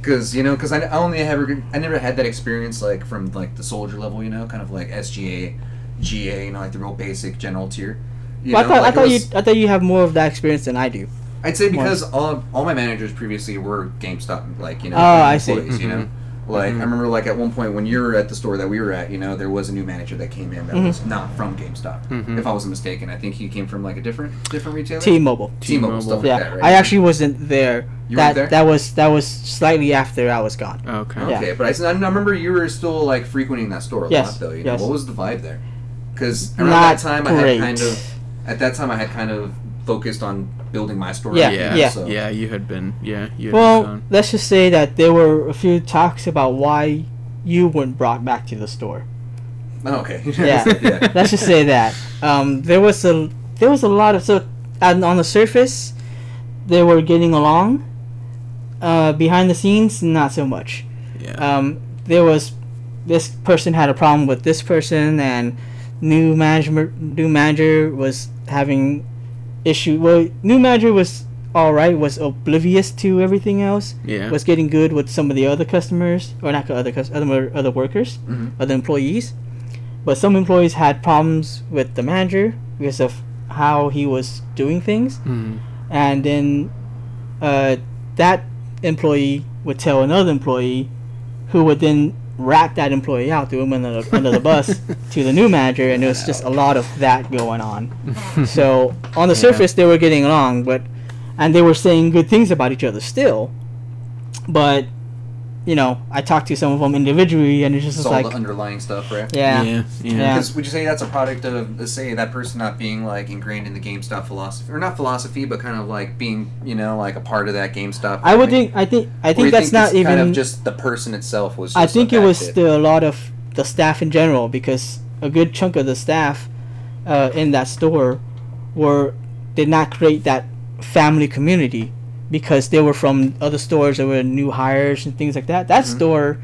Speaker 2: Because you know, because I, I only have regr- I never had that experience like from like the soldier level. You know, kind of like SGA, GA. You know, like the real basic general tier. You
Speaker 1: Well, I
Speaker 2: know,
Speaker 1: thought,
Speaker 2: like,
Speaker 1: I
Speaker 2: it
Speaker 1: thought
Speaker 2: was-
Speaker 1: you I thought you have more of that experience than I do.
Speaker 2: I'd say because all, all my managers previously were GameStop, like you know,
Speaker 1: Oh, I see. Mm-hmm.
Speaker 2: employees, you know. Like I remember, like at one point when you were at the store that we were at, you know, there was a new manager that came in that was
Speaker 1: Mm-hmm.
Speaker 2: not from GameStop, if I wasn't mistaken. I think he came from like a different different retailer.
Speaker 1: T-Mobile.
Speaker 2: T-Mobile, stuff like
Speaker 1: yeah,
Speaker 2: that, right?
Speaker 1: I actually wasn't there.
Speaker 2: You
Speaker 1: that
Speaker 2: weren't there?
Speaker 1: that was that was slightly after I was gone.
Speaker 3: Okay.
Speaker 1: Yeah.
Speaker 2: Okay, but I, s- I remember you were still like frequenting that store a
Speaker 1: Yes,
Speaker 2: lot, though. You
Speaker 1: yes.
Speaker 2: know, what was the vibe there? Because around
Speaker 1: Not
Speaker 2: that time, I
Speaker 1: great.
Speaker 2: had kind of at that time I had kind of focused on building my store.
Speaker 1: Yeah,
Speaker 2: you know,
Speaker 3: Yeah.
Speaker 1: yeah.
Speaker 3: Yeah.
Speaker 2: so-
Speaker 3: You had been. Yeah. You had
Speaker 1: Well,
Speaker 3: been gone.
Speaker 1: let's just say that there were a few talks about why you weren't brought back to the store.
Speaker 2: Oh, okay.
Speaker 1: Yeah.
Speaker 2: (laughs) yeah.
Speaker 1: let's just say that um, there was a there was a lot of so and on the surface they were getting along. Uh, behind the scenes, not so much.
Speaker 3: Yeah.
Speaker 1: um, there was this person had a problem with this person and new management new manager was having issue well new manager was all right was oblivious to everything else
Speaker 3: yeah.
Speaker 1: was getting good with some of the other customers or not other cus- other other workers other employees but some employees had problems with the manager because of how he was doing things (laughs)
Speaker 3: Mhm.
Speaker 1: and then uh, that employee would tell another employee, who would then rat that employee out, throw him under the, under the bus to the new manager, and there was just a lot of that going on. so on the surface, they were getting along, but and they were saying good things about each other still, but you know, I talked to some of them individually, and it's just
Speaker 2: It's all
Speaker 1: like,
Speaker 2: the underlying stuff, right?
Speaker 1: yeah,
Speaker 3: Yeah.
Speaker 1: Yeah.
Speaker 3: Yeah.
Speaker 2: Because would you say that's a product of, let's say, that person not being like ingrained in the GameStop philosophy, or not philosophy, but kind of like being, you know, like a part of that GameStop?
Speaker 1: I would
Speaker 2: thing?
Speaker 1: think, I think, I
Speaker 2: Or you
Speaker 1: think that's not
Speaker 2: it's
Speaker 1: even
Speaker 2: kind of just the person itself was. Just
Speaker 1: I think
Speaker 2: a
Speaker 1: it
Speaker 2: bad
Speaker 1: was
Speaker 2: fit?
Speaker 1: still a lot of the staff in general because a good chunk of the staff uh, in that store were did not create that family community because they were from other stores that were new hires and things like that. That store,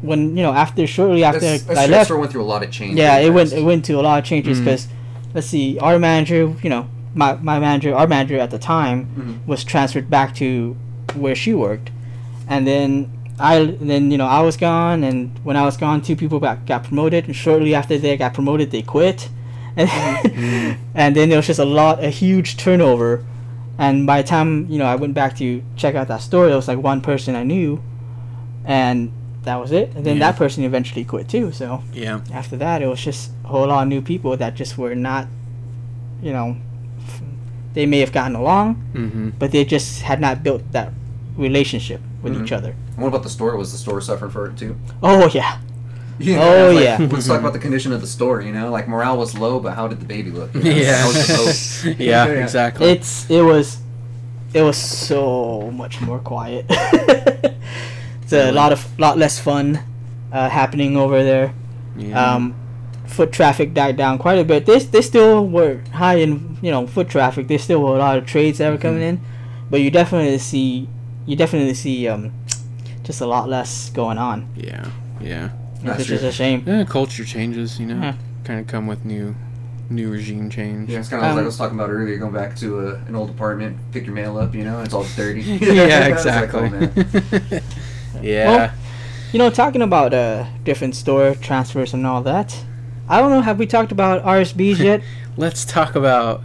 Speaker 1: when you know after shortly after
Speaker 2: Mm-hmm. That's, that's
Speaker 1: I
Speaker 2: true,
Speaker 1: left,
Speaker 2: Store went through a lot of change.
Speaker 1: yeah,
Speaker 2: really
Speaker 1: it went
Speaker 2: fast.
Speaker 1: it went to a lot of changes because let's see, our manager, you know, my, my manager, our manager at the time was transferred back to where she worked, and then I and then you know I was gone, and when I was gone, two people got got promoted, and shortly after they got promoted, they quit, (laughs) and, (laughs) and then there was just a lot, a huge turnover. And by the time you know, I went back to check out that store. There was like one person I knew, and that was it. And then
Speaker 3: Yeah.
Speaker 1: that person eventually quit too. So
Speaker 3: Yeah.
Speaker 1: after that, it was just a whole lot of new people that just were not, you know, f- they may have gotten along,
Speaker 3: Mm-hmm.
Speaker 1: but they just had not built that relationship with each other.
Speaker 2: And what about the store? Was the store suffering for it too?
Speaker 1: (laughs) Oh yeah,
Speaker 2: You
Speaker 1: Oh,
Speaker 2: like,
Speaker 1: yeah.
Speaker 2: (laughs) Let's talk about the condition of the store. You know, like morale was low, but how did the baby look? You know? How was the boat?
Speaker 3: (laughs) Yeah. (laughs) yeah.
Speaker 2: Yeah.
Speaker 3: Exactly.
Speaker 1: it's it was, it was so much more quiet. (laughs) it's a lot of lot less fun uh, happening over there.
Speaker 3: yeah.
Speaker 1: Um, foot traffic died down quite a bit. They, they still were high in you know foot traffic. There still were a lot of trades that were coming in, but you definitely see you definitely see um, just a lot less going on,
Speaker 3: yeah. Yeah.
Speaker 2: That's
Speaker 1: which is
Speaker 2: true.
Speaker 1: a shame. Hmm.
Speaker 3: Yeah. Culture changes, you know,
Speaker 1: Yeah.
Speaker 3: kind of come with new, new regime change.
Speaker 2: Yeah, it's kind of like
Speaker 1: Um,
Speaker 2: I was talking about earlier, going back to a, an old apartment, pick your mail up, you know, it's all dirty. (laughs)
Speaker 3: (laughs) yeah,
Speaker 2: It's like, oh,
Speaker 3: exactly.
Speaker 2: man.
Speaker 3: (laughs) yeah.
Speaker 1: You know, talking about uh, different store transfers and all that. I don't know. Have we talked about RSBs yet?
Speaker 3: Let's talk about.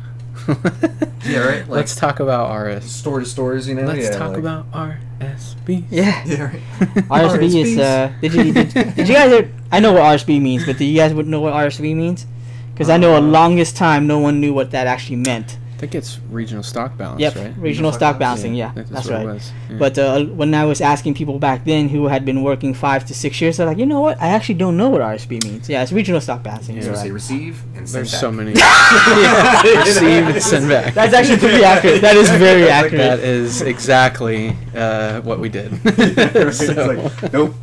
Speaker 2: Yeah, right, like-
Speaker 3: Let's talk about RS.
Speaker 2: Store to stores, you know.
Speaker 3: Let's
Speaker 2: yeah,
Speaker 3: talk
Speaker 2: like-
Speaker 3: about RSB.
Speaker 1: yeah.
Speaker 2: (laughs) Yeah, right.
Speaker 3: (laughs)
Speaker 1: RSB is.
Speaker 2: RSBs.
Speaker 1: Uh, did you did, did you guys? ever- I know what RSB means, but do you guys would know what RSB means? Because I know a
Speaker 2: Uh,
Speaker 1: longest time no one knew what that actually meant.
Speaker 3: I think it's regional stock balance,
Speaker 1: Yep,
Speaker 3: right?
Speaker 1: regional
Speaker 2: stock
Speaker 1: stock
Speaker 2: balancing.
Speaker 1: balancing. Yeah,
Speaker 3: I think
Speaker 1: that's, right.
Speaker 3: It was. Yeah.
Speaker 1: But uh, when I was asking people back then who had been working five to six years, they're like, you know what? I actually don't know what RSB means. Yeah, it's regional stock balancing.
Speaker 3: Yeah.
Speaker 1: you're
Speaker 2: So say
Speaker 1: (laughs) right.
Speaker 2: receive and send (laughs)
Speaker 3: there's
Speaker 2: back.
Speaker 3: so many. (laughs) yeah, receive and send back.
Speaker 1: That's actually pretty accurate. That is
Speaker 2: (laughs)
Speaker 1: very accurate.
Speaker 3: (laughs) That is exactly uh, what we did.
Speaker 2: It's
Speaker 1: (laughs)
Speaker 3: (laughs)
Speaker 2: like, nope,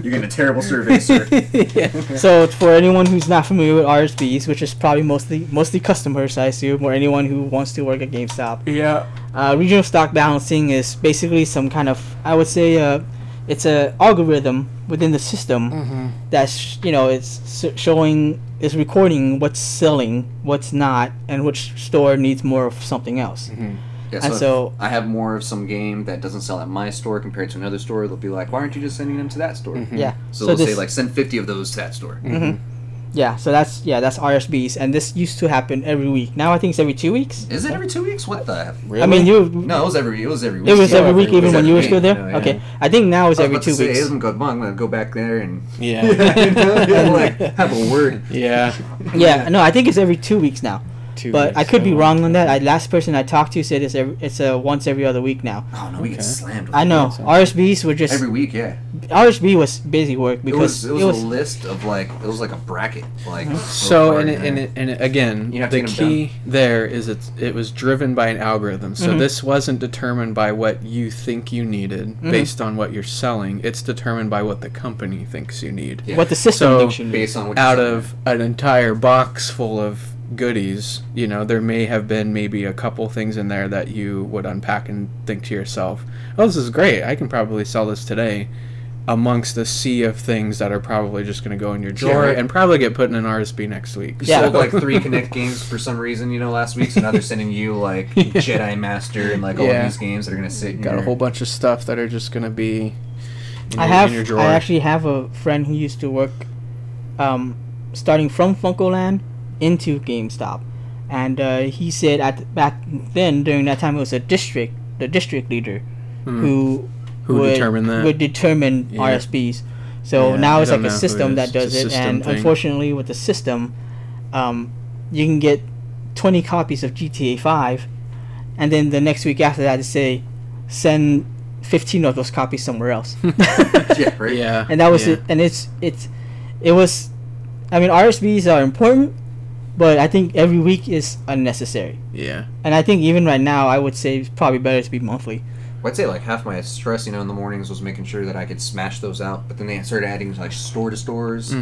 Speaker 2: you're getting a terrible survey, sir.
Speaker 3: yeah.
Speaker 1: So for anyone who's not familiar with RSBs, which is probably mostly mostly customers, I assume, or anyone who wants to work at GameStop,
Speaker 3: Yeah.
Speaker 1: uh, regional stock balancing is basically some kind of I would say uh, it's a algorithm within the system
Speaker 3: Mm-hmm.
Speaker 1: that's you know it's s- showing is recording what's selling, what's not, and which store needs more of something else.
Speaker 2: Mm-hmm. Yeah,
Speaker 1: And
Speaker 2: if
Speaker 1: so-
Speaker 2: I have more of some game that doesn't sell at my store compared to another store. They'll be like, why aren't you just sending them to that store?
Speaker 3: Mm-hmm.
Speaker 1: Yeah.
Speaker 2: So, they'll say
Speaker 1: this-
Speaker 2: like, mm-hmm. send 50 of those to that store.
Speaker 1: Mm-hmm. yeah, so that's yeah that's RSBs, and this used to happen every week. Now I think it's every two weeks.
Speaker 2: Is it every two weeks? What the? F-
Speaker 3: Mm-hmm. Really?
Speaker 1: I mean you.
Speaker 2: No, it was every. It was every week.
Speaker 1: It was
Speaker 2: Yeah,
Speaker 1: every
Speaker 2: it
Speaker 1: week,
Speaker 2: was
Speaker 1: even when
Speaker 2: every
Speaker 1: you were still
Speaker 2: week,
Speaker 1: there.
Speaker 2: you know, yeah.
Speaker 1: okay, I think now it's
Speaker 2: I was
Speaker 1: every
Speaker 2: about to
Speaker 1: two
Speaker 2: say,
Speaker 1: weeks.
Speaker 2: "Hey, I'm going, I'm gonna go back there and
Speaker 3: Yeah.
Speaker 2: You know, (laughs)
Speaker 3: (laughs)
Speaker 2: yeah, like, have a word.
Speaker 3: yeah.
Speaker 1: Yeah, no, I think it's every two weeks now.
Speaker 3: Two
Speaker 1: but I
Speaker 3: weeks,
Speaker 1: could be
Speaker 3: so-
Speaker 1: wrong on that. I last person I talked to said it's every, it's a once every other week now.
Speaker 2: Oh no, we get
Speaker 3: Okay.
Speaker 2: slammed. With
Speaker 1: I know
Speaker 3: so-
Speaker 1: RSBs were
Speaker 2: that.
Speaker 1: just
Speaker 2: every week, yeah.
Speaker 1: RSB was busy work
Speaker 2: It
Speaker 1: because Mhm.
Speaker 2: was it was, a list of like it was like a bracket like.
Speaker 3: So
Speaker 2: for-
Speaker 3: and it, and it, and it, again,
Speaker 2: You have to
Speaker 3: the
Speaker 2: get 'em
Speaker 3: key there is it it was driven by an algorithm. So this wasn't determined by what you think you needed based on what you're selling. It's determined by what the company thinks you need.
Speaker 2: Yeah.
Speaker 1: what the system
Speaker 3: So-
Speaker 1: thinks you need.
Speaker 2: based on what you
Speaker 3: Out
Speaker 2: said.
Speaker 3: of an entire box full of goodies, you know, there may have been maybe a couple things in there that you would unpack and think to yourself, "Oh, this is great. I can probably sell this today." Amongst a sea of things that are probably just going to go in your drawer
Speaker 2: right.
Speaker 3: and probably get put in an RSB next week.
Speaker 2: You
Speaker 1: Yeah.
Speaker 2: sold like
Speaker 3: (laughs)
Speaker 2: three Connect games for some reason, you know, last week. So now they're sending you
Speaker 3: (laughs)
Speaker 2: like Jedi Master and like all
Speaker 3: Yeah.
Speaker 2: these games that are gonna sit. in
Speaker 3: Got a
Speaker 2: your- (laughs)
Speaker 3: whole bunch of stuff that are just gonna be. In
Speaker 1: I
Speaker 3: your,
Speaker 1: have
Speaker 3: In your drawer.
Speaker 1: I actually have a friend who used to work, um, starting from Funkoland into GameStop, and uh, he said at back then during that time it was a district the district leader who
Speaker 3: Hmm. Who determined that?
Speaker 1: would determine
Speaker 3: Yeah.
Speaker 1: RSBs. So
Speaker 3: Yeah, I
Speaker 1: now it's
Speaker 3: don't
Speaker 1: like
Speaker 3: know
Speaker 1: a
Speaker 3: who it
Speaker 1: system
Speaker 3: is.
Speaker 1: that does
Speaker 3: It's a
Speaker 1: it, and
Speaker 3: system thing.
Speaker 1: unfortunately with the system, um, you can get 20 copies of GTA 5, and then the next week after that, they say send 15 of those copies somewhere else.
Speaker 2: Yeah, right.
Speaker 3: Yeah.
Speaker 1: (laughs) and that was
Speaker 3: yeah.
Speaker 1: it. And it's it's it was, I mean RSVs are important, but I think every week is unnecessary.
Speaker 3: Yeah.
Speaker 1: And I think even right now, I would say it's probably better to be monthly.
Speaker 2: Well, I'd say like half my stress, you know, in the mornings was making sure that I could smash those out. But then they started adding like store to
Speaker 3: Mm-hmm.
Speaker 2: stores,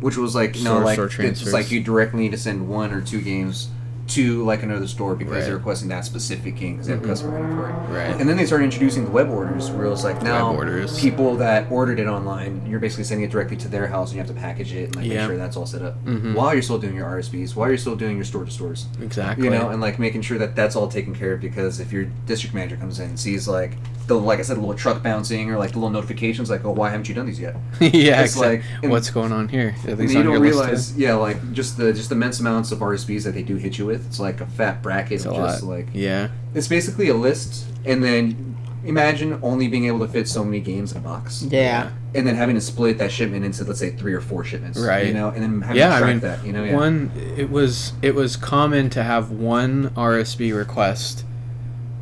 Speaker 2: which was like you know
Speaker 3: Store-to-store
Speaker 2: like it's
Speaker 3: transfers.
Speaker 2: like you directly need to send one or two games to like another store because
Speaker 3: Right.
Speaker 2: they're requesting that specific game because they have customer inventory.
Speaker 3: Right.
Speaker 2: And then they started introducing the web orders, where it's like now
Speaker 3: Web orders.
Speaker 2: people that ordered it online, you're basically sending it directly to their house, and you have to package it and like
Speaker 3: Yeah.
Speaker 2: make sure that's all set up
Speaker 3: Mhm.
Speaker 2: while you're still doing your RSVs, while you're still doing your store to stores
Speaker 3: Exactly.
Speaker 2: you
Speaker 3: (laughs)
Speaker 2: know, and like making sure that that's all taken care of because if your district manager comes in and sees like the like I said, the little truck bouncing or like the little notifications, like, oh, why haven't you done these yet?
Speaker 3: yeah,
Speaker 2: it's
Speaker 3: exact-
Speaker 2: like- and-
Speaker 3: what's going on here? At
Speaker 2: And
Speaker 3: least
Speaker 2: you
Speaker 3: on your
Speaker 2: don't
Speaker 3: list, too.
Speaker 2: realize, yeah, like just the just the immense amounts of RSVs that they do hit you with. It's like a fat bracket
Speaker 3: It's a
Speaker 2: of
Speaker 3: lot.
Speaker 2: just like
Speaker 3: yeah,
Speaker 2: it's basically a list, and then imagine only being able to fit so many games in a box,
Speaker 1: Yeah.
Speaker 2: and then having to split that shipment into let's say three or four shipments,
Speaker 3: Right.
Speaker 2: You know, and then having
Speaker 3: yeah.
Speaker 2: to
Speaker 3: I
Speaker 2: track
Speaker 3: mean,
Speaker 2: that, you know, yeah.
Speaker 3: one it was it was common to have one RSB request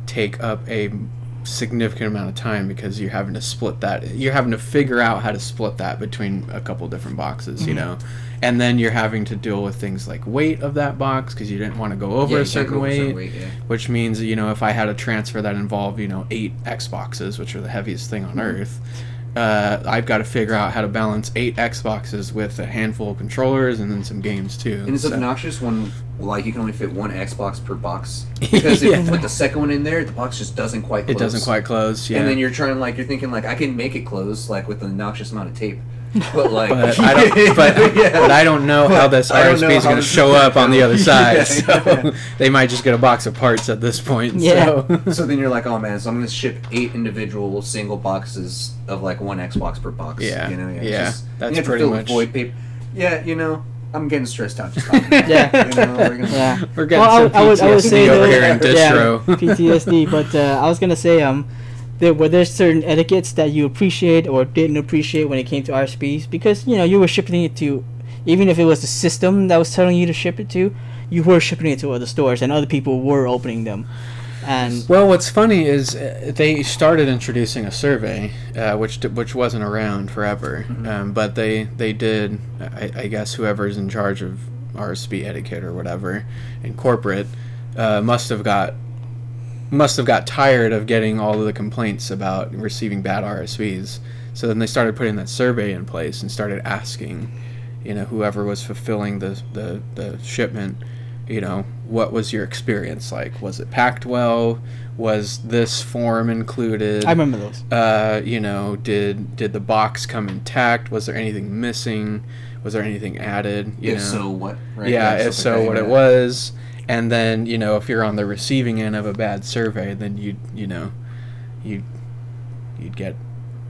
Speaker 3: take up a significant amount of time because you're having to split that. You're having to figure out how to split that between a couple different boxes,
Speaker 2: Mm-hmm.
Speaker 3: you know, and then you're having to deal with things like weight of that box because you didn't want to go over
Speaker 2: Yeah,
Speaker 3: a
Speaker 2: you can't
Speaker 3: certain
Speaker 2: go over a
Speaker 3: weight.
Speaker 2: certain weight, yeah.
Speaker 3: which means you know if I had a transfer that involved you know eight Xboxes, which are the heaviest thing on
Speaker 2: Hmm.
Speaker 3: earth, uh, I've got to figure out how to balance eight Xboxes with a handful of controllers and then some games too.
Speaker 2: And it's
Speaker 3: so-
Speaker 2: obnoxious when like you can only fit one Xbox per
Speaker 3: (laughs)
Speaker 2: box because if
Speaker 3: Yeah.
Speaker 2: you put the second one in there, the box just doesn't quite. Close.
Speaker 3: it doesn't quite close. Yeah,
Speaker 2: And then you're trying like you're thinking like I can make it close like with an obnoxious amount of
Speaker 1: (laughs)
Speaker 2: tape, but like (laughs)
Speaker 3: but I don't. But,
Speaker 2: Yeah.
Speaker 3: but I don't know how this
Speaker 2: I don't know
Speaker 3: RSP is
Speaker 2: how
Speaker 3: going to
Speaker 2: this-
Speaker 3: show up on the other
Speaker 2: (laughs)
Speaker 3: side. (laughs)
Speaker 2: Yeah,
Speaker 3: so
Speaker 2: (laughs) yeah.
Speaker 3: they might just get a box of parts at this point.
Speaker 1: Yeah.
Speaker 3: So. (laughs)
Speaker 2: so then you're like, oh man, so I'm gonna ship eight individual single boxes of like one Xbox per box.
Speaker 3: Yeah,
Speaker 2: you know, it's
Speaker 3: yeah,
Speaker 2: just-
Speaker 3: that's
Speaker 2: you have to
Speaker 3: pretty
Speaker 2: fill it with
Speaker 3: much-
Speaker 2: void paper. Yeah, you know, I'm getting stressed out.
Speaker 1: (laughs)
Speaker 2: Just talking about it,
Speaker 1: Yeah.
Speaker 2: you know, we're gonna-
Speaker 1: Yeah.
Speaker 3: We're getting some
Speaker 1: I- I would- I would
Speaker 3: PTSD
Speaker 1: say
Speaker 3: over
Speaker 1: though-
Speaker 3: here in distro. (laughs)
Speaker 1: Yeah, PTSD. But uh, I was gonna say um, there were there certain etiquettes that you appreciate or didn't appreciate when it came to RSPs because you know you were shipping it to, even if it was the system that was telling you to ship it to, you were shipping it to other stores and other people were opening them, and
Speaker 3: Well, what's funny is uh, they started introducing a survey, uh, which d- which wasn't around forever, um, but they they did. I, I guess whoever's in charge of RSB etiquette or whatever in corporate uh, must have got must have got tired of getting all of the complaints about receiving bad RSVs. So then they started putting that survey in place and started asking, you know, whoever was fulfilling the, the, the shipment, you know, what was your experience like? Was it packed well? Was this form included?
Speaker 1: I remember those.
Speaker 3: uh, you know, did did the box come intact? Was there anything missing? Was there anything added? You
Speaker 2: If
Speaker 3: know?
Speaker 2: so, what? Right?
Speaker 3: yeah,
Speaker 2: stuff
Speaker 3: if
Speaker 2: like
Speaker 3: so,
Speaker 2: that,
Speaker 3: what
Speaker 2: yeah.
Speaker 3: it was, and then you know if you're on the receiving end of a bad survey, then you you know, you you'd get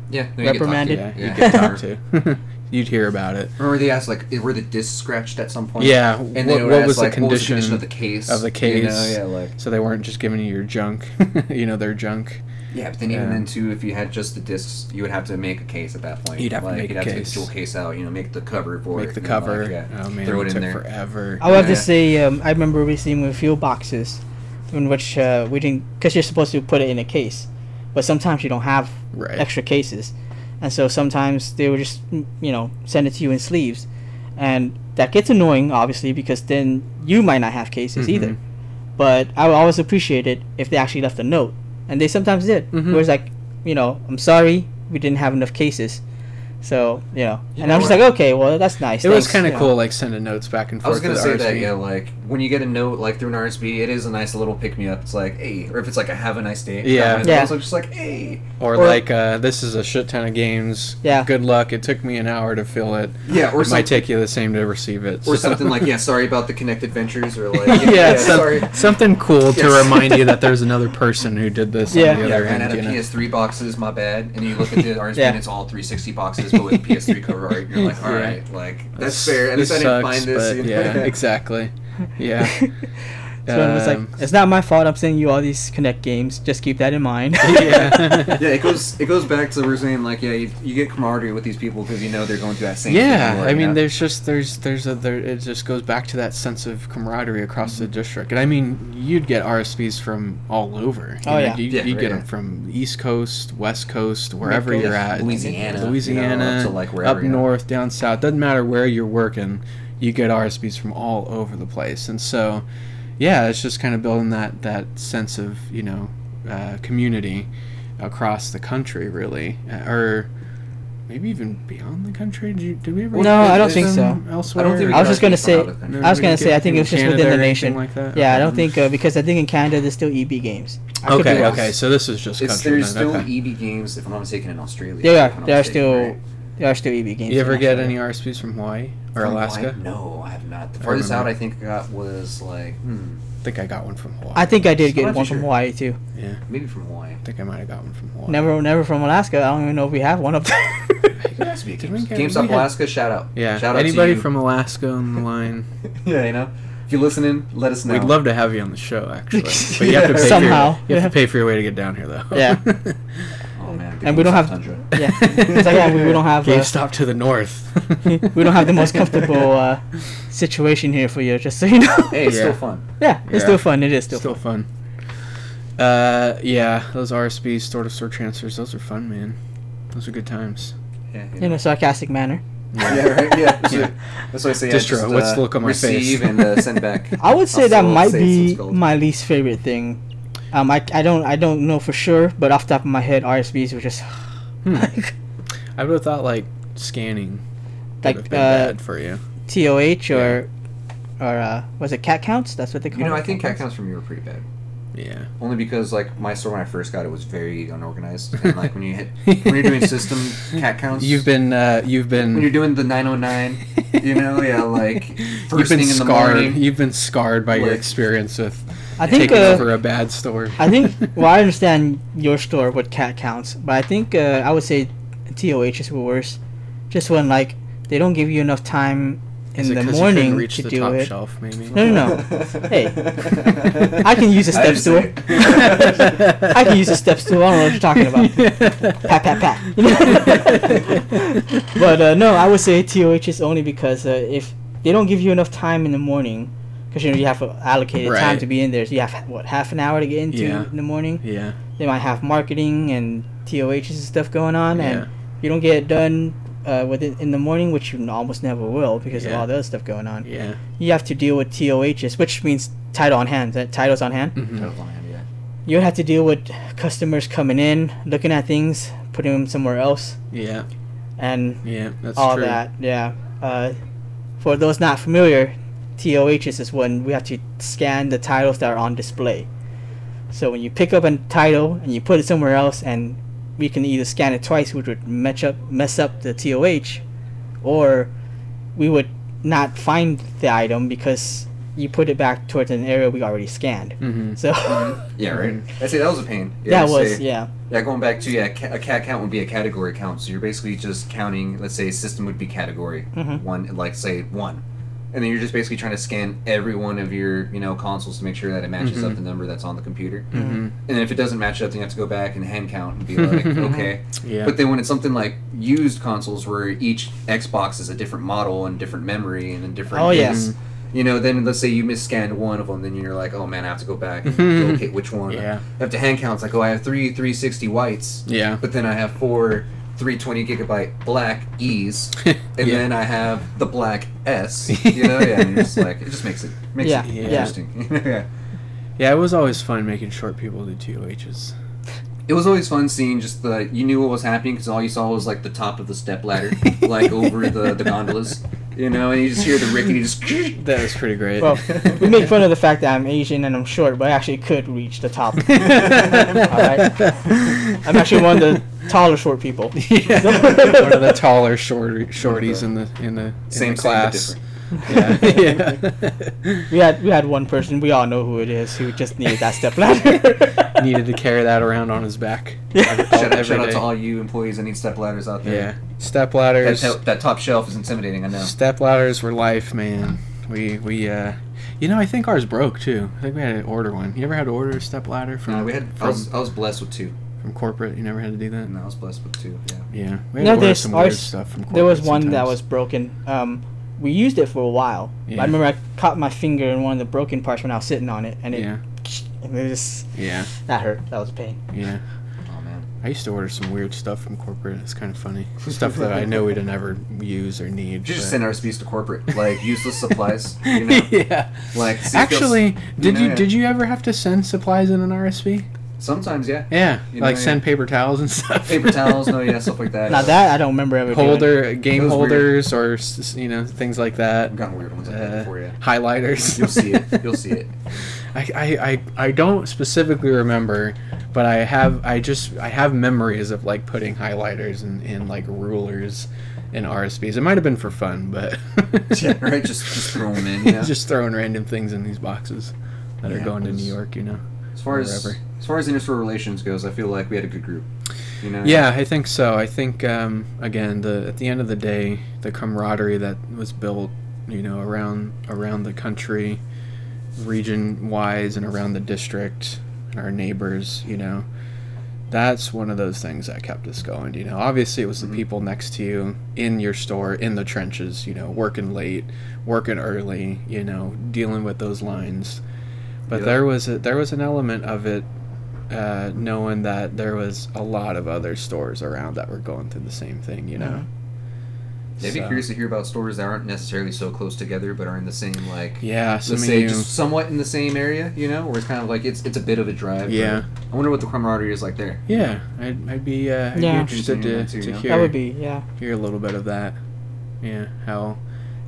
Speaker 2: Yeah, then you get talked to.
Speaker 1: Reprimanded.
Speaker 3: yeah,
Speaker 2: Yeah.
Speaker 3: you'd get
Speaker 2: (laughs)
Speaker 3: (laughs) talked to, you'd hear about it.
Speaker 2: Remember they asked like were the discs scratched at some point?
Speaker 3: Yeah,
Speaker 2: And
Speaker 3: what-
Speaker 2: then
Speaker 3: what
Speaker 2: what,
Speaker 3: was
Speaker 2: was
Speaker 3: the
Speaker 2: like, what was the
Speaker 3: condition
Speaker 2: condition of the case?
Speaker 3: of the
Speaker 2: You know,
Speaker 3: case?
Speaker 2: yeah, like
Speaker 3: So they weren't just giving you your junk, (laughs) you know, their junk.
Speaker 2: yeah. But then even
Speaker 3: Yeah.
Speaker 2: then too, if you had just the discs, you would have to make a case at that point.
Speaker 3: You'd have to
Speaker 2: like,
Speaker 3: make
Speaker 2: you'd
Speaker 3: a
Speaker 2: have
Speaker 3: case.
Speaker 2: to get the case out. You know, make the cover for
Speaker 3: Make
Speaker 2: it,
Speaker 3: the
Speaker 2: and,
Speaker 3: cover.
Speaker 2: Like, yeah,
Speaker 3: Oh man,
Speaker 2: throw it
Speaker 3: it,
Speaker 2: in
Speaker 3: took
Speaker 2: there.
Speaker 3: forever.
Speaker 1: I would have
Speaker 2: Yeah.
Speaker 1: to say um, I remember receiving a few boxes, in which uh, we didn't because you're supposed to put it in a case, but sometimes you don't have
Speaker 3: Right.
Speaker 1: extra cases, and so sometimes they would just mm, you know send it to you in sleeves, and that gets annoying obviously because then you might not have cases
Speaker 3: Mhm.
Speaker 1: either, but I would always appreciate it if they actually left a note, and they sometimes did.
Speaker 3: Mhm.
Speaker 1: Where it's like you know I'm sorry we didn't have enough cases. So, you know, and
Speaker 2: know
Speaker 1: I'm just
Speaker 2: what?
Speaker 1: like, okay, well, that's nice.
Speaker 3: It was
Speaker 1: thanks,"
Speaker 3: kind
Speaker 1: you
Speaker 3: of
Speaker 1: know.
Speaker 3: cool, like sending notes back and
Speaker 2: I
Speaker 3: forth.
Speaker 2: was gonna
Speaker 3: to
Speaker 2: say
Speaker 3: the
Speaker 2: that
Speaker 3: RSV.
Speaker 2: yeah, like when you get a note like through an RSB, it is a nice little pick me up. It's like hey, or if it's like a have a nice day.
Speaker 3: Yeah.
Speaker 2: comment,
Speaker 1: Yeah.
Speaker 2: It's also just like hey.
Speaker 3: Or, like, uh, this is a shit ton of games.
Speaker 1: Yeah.
Speaker 3: Good luck. It took me an hour to fill it.
Speaker 2: yeah, or
Speaker 3: it might
Speaker 2: something.
Speaker 3: take you the same to receive it.
Speaker 2: Or
Speaker 3: so-
Speaker 2: something
Speaker 3: (laughs)
Speaker 2: like, yeah, sorry about the Connect Adventures, or like,
Speaker 3: yeah,
Speaker 2: yeah,
Speaker 3: some-
Speaker 2: sorry,
Speaker 3: something cool to
Speaker 2: Yes.
Speaker 3: remind
Speaker 2: (laughs)
Speaker 3: you that there's another person who did this
Speaker 1: Yeah.
Speaker 3: on the
Speaker 2: Yeah,
Speaker 3: other
Speaker 2: ran out of
Speaker 3: end. You know?
Speaker 2: PS3 boxes, my bad. And you look at the RSP
Speaker 1: Yeah.
Speaker 2: and it's all 360 boxes, but with a PS3 cover art. You're like, all
Speaker 3: (laughs) Yeah.
Speaker 2: right, like that's
Speaker 3: This-
Speaker 2: fair. At
Speaker 3: this
Speaker 2: least I didn't find this.
Speaker 3: but
Speaker 2: you know? (laughs)
Speaker 3: yeah, exactly.
Speaker 1: (laughs)
Speaker 3: Yeah.
Speaker 1: So it's
Speaker 3: Um,
Speaker 1: like it's not my fault. I'm sending you all these Connect games. Just keep that in mind.
Speaker 2: (laughs)
Speaker 3: (laughs) yeah.
Speaker 2: Yeah, it goes it goes back to what we're saying like yeah, you, you get camaraderie with these people because you know they're going through that same. thing you
Speaker 3: Yeah,
Speaker 2: are,
Speaker 3: I
Speaker 2: you
Speaker 3: mean,
Speaker 2: know?
Speaker 3: there's just there's there's a there. It just goes back to that sense of camaraderie across
Speaker 2: Mm-hmm.
Speaker 3: the district, and I mean, you'd get RSVs from all over. You
Speaker 1: Oh,
Speaker 3: know,
Speaker 1: yeah.
Speaker 3: you
Speaker 2: Yeah,
Speaker 3: you
Speaker 2: right,
Speaker 3: get
Speaker 2: yeah.
Speaker 3: them from East Coast, West Coast, wherever
Speaker 1: Coast.
Speaker 3: you're at,
Speaker 2: Louisiana, you know,
Speaker 3: Louisiana,
Speaker 2: up to, like, wherever,
Speaker 3: up
Speaker 2: you know.
Speaker 3: north, down south. Doesn't matter where you're working, you get RSVs from all over the place, and so yeah, it's just kind of building that that sense of you know uh, community across the country, really, uh, or maybe even beyond the country. Did, you, did we ever?
Speaker 1: No,
Speaker 3: look
Speaker 1: I
Speaker 3: at
Speaker 1: don't think
Speaker 3: them
Speaker 2: I
Speaker 3: Elsewhere,
Speaker 2: don't think
Speaker 1: I was just gonna
Speaker 2: Regarding
Speaker 1: say.
Speaker 2: from out of
Speaker 3: No,
Speaker 2: country.
Speaker 1: I was
Speaker 3: we
Speaker 1: gonna
Speaker 3: didn't
Speaker 1: say.
Speaker 3: get
Speaker 1: I think
Speaker 3: in
Speaker 1: it was just
Speaker 3: Canada
Speaker 1: within
Speaker 3: or
Speaker 1: the
Speaker 3: anything
Speaker 1: nation.
Speaker 3: Like that?
Speaker 1: Yeah, I
Speaker 3: Okay.
Speaker 1: don't think uh, because I think in Canada there's still EB games. I could be
Speaker 3: Okay,
Speaker 1: wrong.
Speaker 3: okay. So this is just
Speaker 2: It's,
Speaker 3: country.
Speaker 2: there's
Speaker 3: night,
Speaker 2: still E
Speaker 3: okay.
Speaker 2: EB games, if I'm not mistaken, in Australia.
Speaker 1: They
Speaker 2: if I'm
Speaker 1: are.
Speaker 2: not
Speaker 1: They are
Speaker 2: mistaken,
Speaker 1: still.
Speaker 2: right?
Speaker 1: They are still EB games.
Speaker 3: You ever
Speaker 1: in
Speaker 3: get
Speaker 1: Australia.
Speaker 3: any RSPs from Hawaii or
Speaker 2: From
Speaker 3: Alaska?
Speaker 2: Hawaii? No, I have not. The
Speaker 3: I
Speaker 2: farthest out
Speaker 3: remember.
Speaker 2: I think I got was like hmm,
Speaker 3: I think I got one from Hawaii.
Speaker 1: I think I did
Speaker 2: I'm
Speaker 1: get
Speaker 2: not
Speaker 1: one
Speaker 2: too
Speaker 1: from
Speaker 2: sure.
Speaker 1: Hawaii too.
Speaker 3: yeah,
Speaker 2: maybe from Hawaii.
Speaker 3: I think I might have got one from Hawaii.
Speaker 1: Never, never from Alaska. I don't even know if we have one
Speaker 3: (laughs)
Speaker 1: up there.
Speaker 2: It has to be a
Speaker 3: Did we
Speaker 2: Games-
Speaker 3: get-
Speaker 2: GameStop
Speaker 3: we had-
Speaker 2: Alaska. Shout out.
Speaker 3: Yeah.
Speaker 2: Shout out
Speaker 3: Anybody
Speaker 2: to you.
Speaker 3: from Alaska on the line?
Speaker 2: (laughs) yeah, you know, if you're listening, let us know.
Speaker 3: We'd love to have you on the show,
Speaker 2: (laughs)
Speaker 3: actually. But you have to pay
Speaker 1: Somehow.
Speaker 3: For your, you have to pay for your way to get down here, though.
Speaker 1: Yeah.
Speaker 3: (laughs)
Speaker 2: Oh man, the
Speaker 1: And we don't
Speaker 2: GameStop
Speaker 1: have-
Speaker 2: Tundra.
Speaker 1: yeah, it's like yeah, we, we don't have. Uh,
Speaker 3: GameStop to the north.
Speaker 1: (laughs) we don't have the most comfortable uh, situation here for you. Just so you
Speaker 3: (laughs)
Speaker 1: know.
Speaker 2: Hey, it's
Speaker 3: Yeah.
Speaker 2: still fun.
Speaker 1: yeah, it's
Speaker 3: Yeah.
Speaker 1: still fun. It is still.
Speaker 3: Still fun. Uh, yeah, those RSBs, store to store transfers, those are fun, man. Those are good times.
Speaker 2: Yeah, you
Speaker 1: fun. In
Speaker 2: know.
Speaker 1: a sarcastic manner.
Speaker 2: yeah, right. Yeah, that's,
Speaker 3: Yeah.
Speaker 2: What, that's what I say. yeah,
Speaker 3: Distro,
Speaker 2: just,
Speaker 3: what's
Speaker 2: uh,
Speaker 3: the look on my face?
Speaker 2: receive and uh, send back.
Speaker 1: (laughs) I would say
Speaker 2: Also,
Speaker 1: that
Speaker 2: let's
Speaker 1: might
Speaker 2: say it's
Speaker 1: be
Speaker 2: what's called.
Speaker 1: my least favorite thing. Um, I, I don't I don't know for sure, but off the top of my head, RSVs were just
Speaker 3: Hmm. I would have thought, like, scanning would
Speaker 1: Like,
Speaker 3: have been
Speaker 1: uh,
Speaker 3: bad for you.
Speaker 1: TOH or or uh, was it cat counts? That's what they call.
Speaker 2: You know,
Speaker 1: it,
Speaker 2: I think cat counts from you were pretty bad.
Speaker 3: Yeah.
Speaker 2: Only because like my store when I first got it was very unorganized, and like when you hit when you're doing system
Speaker 3: (laughs)
Speaker 2: cat counts,
Speaker 3: You've been, uh, you've been.
Speaker 2: when you're doing the 909, you know,
Speaker 3: (laughs)
Speaker 2: yeah, like
Speaker 3: You've
Speaker 2: first
Speaker 3: been
Speaker 2: thing in the
Speaker 3: scarred.
Speaker 2: morning.
Speaker 3: You've been scarred by your
Speaker 2: Like-
Speaker 3: experience with
Speaker 1: I think
Speaker 3: taking
Speaker 1: uh,
Speaker 3: over a bad store.
Speaker 1: I
Speaker 3: (laughs)
Speaker 1: think. Well, I understand your store with cat counts, but I think uh, I would say TOH is worse. Just when like they don't give you enough time in
Speaker 3: Is it
Speaker 1: the
Speaker 3: 'cause you
Speaker 1: morning
Speaker 3: couldn't reach
Speaker 1: to
Speaker 3: the
Speaker 1: do
Speaker 3: top
Speaker 1: it.
Speaker 3: shelf, maybe.
Speaker 1: No, no, no.
Speaker 2: (laughs)
Speaker 1: Hey, I can use a
Speaker 2: I
Speaker 1: step stool. (laughs)
Speaker 2: (laughs)
Speaker 1: I can use a step stool. I don't know what you're talking about. (laughs) Pat, pat, pat. (laughs) but uh, no, I would say TOH is only because uh, if they don't give you enough time in the morning, because you know you have a allocated time
Speaker 3: Right.
Speaker 1: to be in there. So you have what half an hour to get into
Speaker 3: Yeah.
Speaker 1: in the morning.
Speaker 3: yeah.
Speaker 1: They might have marketing and TOHs and stuff going on,
Speaker 3: Yeah.
Speaker 1: and you don't get it done uh, within in the morning, which you almost never will because of
Speaker 3: Yeah.
Speaker 1: all the other stuff going on.
Speaker 3: Yeah.
Speaker 1: You have to deal with TOHs, which means title on hand. That titles on hand
Speaker 3: Mhm.
Speaker 1: you have to deal with customers coming in, looking at things, putting them somewhere else,
Speaker 3: Yeah.
Speaker 1: and
Speaker 3: Yeah. That's
Speaker 1: all
Speaker 3: true.
Speaker 1: that. Yeah. Uh, for those not familiar, TOHs is when we have to scan the titles that are on display. So when you pick up a title and you put it somewhere else, and we can either scan it twice, which would match up, mess up the TOH, or we would not find the item because you put it back towards an area we already scanned.
Speaker 3: Mhm.
Speaker 1: So
Speaker 2: Yeah, right. I say that was a pain. Mm-hmm.
Speaker 1: (laughs)
Speaker 2: Yeah,
Speaker 1: Mm-hmm. that was
Speaker 2: say-
Speaker 1: yeah.
Speaker 2: Yeah, going back to yeah, ca- a cat count would be a category count. So you're basically just counting. Let's say system would be category
Speaker 1: Mhm.
Speaker 2: one, like say one, and then you're just basically trying to scan every one of your you know consoles to make sure that it matches up
Speaker 3: Mhm.
Speaker 2: the number that's on the computer.
Speaker 1: Mm.
Speaker 3: Mhm.
Speaker 2: And then if it doesn't match up, then you have to go back and hand count and be
Speaker 1: (laughs)
Speaker 2: like, okay.
Speaker 3: Yeah.
Speaker 2: But then when it's something like used consoles, where each Xbox is a different model and different memory and then different
Speaker 1: Oh, yeah.
Speaker 2: discs, you know, then let's say you misscanned one of them, then you're like, oh man, I have to go
Speaker 1: (laughs)
Speaker 2: back and
Speaker 3: Mhm.
Speaker 2: locate which one.
Speaker 3: Yeah.
Speaker 2: I have to hand count. It's like, oh, I have three 360 whites,
Speaker 3: yeah. (laughs)
Speaker 2: but then I have four 320 gigabyte black
Speaker 1: (laughs)
Speaker 2: E's, and
Speaker 3: Yeah.
Speaker 2: then I have the black S. You know, yeah, and you're just like, it just makes it makes
Speaker 1: Yeah.
Speaker 2: it
Speaker 3: Yeah.
Speaker 2: interesting. (laughs) yeah.
Speaker 3: yeah. It was always fun making short people do TOHs.
Speaker 2: It was always fun seeing just the you knew what was happening because all you saw was like the top of the step ladder, like over the, the gondolas, you know, and you just hear the rickety just. (laughs)
Speaker 3: That was pretty great.
Speaker 1: Well, we make
Speaker 3: (laughs)
Speaker 1: fun of the fact that I'm Asian and I'm short, but I actually could reach the top. I'm actually one of the taller short people.
Speaker 3: (laughs)
Speaker 1: (laughs)
Speaker 3: Yeah. one of the taller short shorties in the in the, in
Speaker 2: Same
Speaker 3: the
Speaker 2: class.
Speaker 3: class. Yeah. (laughs)
Speaker 1: (laughs)
Speaker 3: yeah.
Speaker 1: We had we had one person we all know who it is who just needed that step ladder.
Speaker 3: (laughs) Needed to carry that around on his (laughs) back. every-
Speaker 2: Shout, out,
Speaker 3: every
Speaker 2: shout out
Speaker 3: day.
Speaker 2: to all you employees that need step ladders out
Speaker 3: Yeah.
Speaker 2: there.
Speaker 3: Step
Speaker 2: That,
Speaker 3: ladders.
Speaker 2: top- that top shelf is intimidating. I know.
Speaker 3: Step ladders were life, man. We we uh, you know I think ours broke too. I think we had to order one. You ever had to order a step ladder from
Speaker 2: Nah, Uh, we had. I
Speaker 3: from,
Speaker 2: was, I was blessed with two.
Speaker 3: from corporate? You never had to do that.
Speaker 2: No, I was blessed with two. Yeah.
Speaker 3: Yeah,
Speaker 1: No,
Speaker 3: we had to order
Speaker 1: there's
Speaker 3: some weird
Speaker 1: ours-
Speaker 3: stuff from corporate.
Speaker 1: there was one that
Speaker 3: sometimes.
Speaker 1: was broken. Um, we used it for a while.
Speaker 3: Yeah.
Speaker 1: I remember I caught my finger in one of the broken parts when I was sitting on it, and it,
Speaker 3: yeah
Speaker 1: (sniffs) and it just
Speaker 3: yeah
Speaker 1: that hurt. That was a pain.
Speaker 3: yeah.
Speaker 2: Oh man.
Speaker 3: I used to order some weird stuff from corporate. It's kind
Speaker 2: (laughs)
Speaker 3: of funny stuff that I know we didn't ever use or need.
Speaker 2: You should just
Speaker 3: but-
Speaker 2: send our speech to corporate,
Speaker 3: (laughs)
Speaker 2: like useless supplies. (laughs) You know.
Speaker 3: yeah.
Speaker 2: Like see if they'll-
Speaker 3: Actually, did
Speaker 2: know,
Speaker 3: you
Speaker 2: yeah.
Speaker 3: did you ever have to send supplies in an RSV?
Speaker 2: Sometimes, yeah.
Speaker 3: Yeah,
Speaker 2: You know,
Speaker 3: like
Speaker 2: yeah.
Speaker 3: send paper towels and (laughs) stuff.
Speaker 2: Paper towels, no, yeah, stuff like that.
Speaker 1: Now that I don't remember ever doing.
Speaker 3: (laughs) holder game
Speaker 2: Those weird-
Speaker 3: holders or s- s- you know things like that.
Speaker 2: I've gotten weird ones like
Speaker 3: Uh,
Speaker 2: that before, yeah.
Speaker 3: highlighters.
Speaker 2: You'll see it. You'll see it.
Speaker 3: (laughs) I, I, I, I don't specifically remember, but I have I just I have memories of like putting highlighters and, and like rulers in RSPs. It might have been for fun, but
Speaker 2: (laughs) Yeah, right.
Speaker 3: (laughs)
Speaker 2: Just just throw them in. Yeah.
Speaker 3: just throwing random things in these boxes that are
Speaker 2: Yeah,
Speaker 3: going to
Speaker 2: it was-
Speaker 3: New York, you know.
Speaker 2: as far as
Speaker 3: wherever.
Speaker 2: as far as interstore relations goes, I feel like we had a good group. You know.
Speaker 3: Yeah, I think so. I think um, again, the at the end of the day, the camaraderie that was built, you know, around around the country, region wise, and around the district and our neighbors, you know, that's one of those things that kept us going. You know, obviously it was the people next to you in your store, in the trenches, you know, working late, working early, you know, dealing with those lines. But
Speaker 2: Yeah.
Speaker 3: there was a, there was an element of it uh, knowing that there was a lot of other stores around that were going through the same thing, you know.
Speaker 2: I'd be
Speaker 3: So-
Speaker 2: curious to hear about stores that aren't necessarily so close together, but are in the same like.
Speaker 3: Yeah, some
Speaker 2: Let's
Speaker 3: of
Speaker 2: say
Speaker 3: you.
Speaker 2: just somewhat in the same area, you know, where it's kind of like it's it's a bit of a drive. but
Speaker 3: Yeah,
Speaker 2: I wonder what the camaraderie is like there.
Speaker 3: yeah. I'd, I'd be uh, I'd
Speaker 1: Yeah.
Speaker 3: be interested to,
Speaker 2: Interesting
Speaker 3: to
Speaker 2: to know.
Speaker 3: hear
Speaker 1: That would be yeah.
Speaker 3: hear a little bit of that. Yeah, how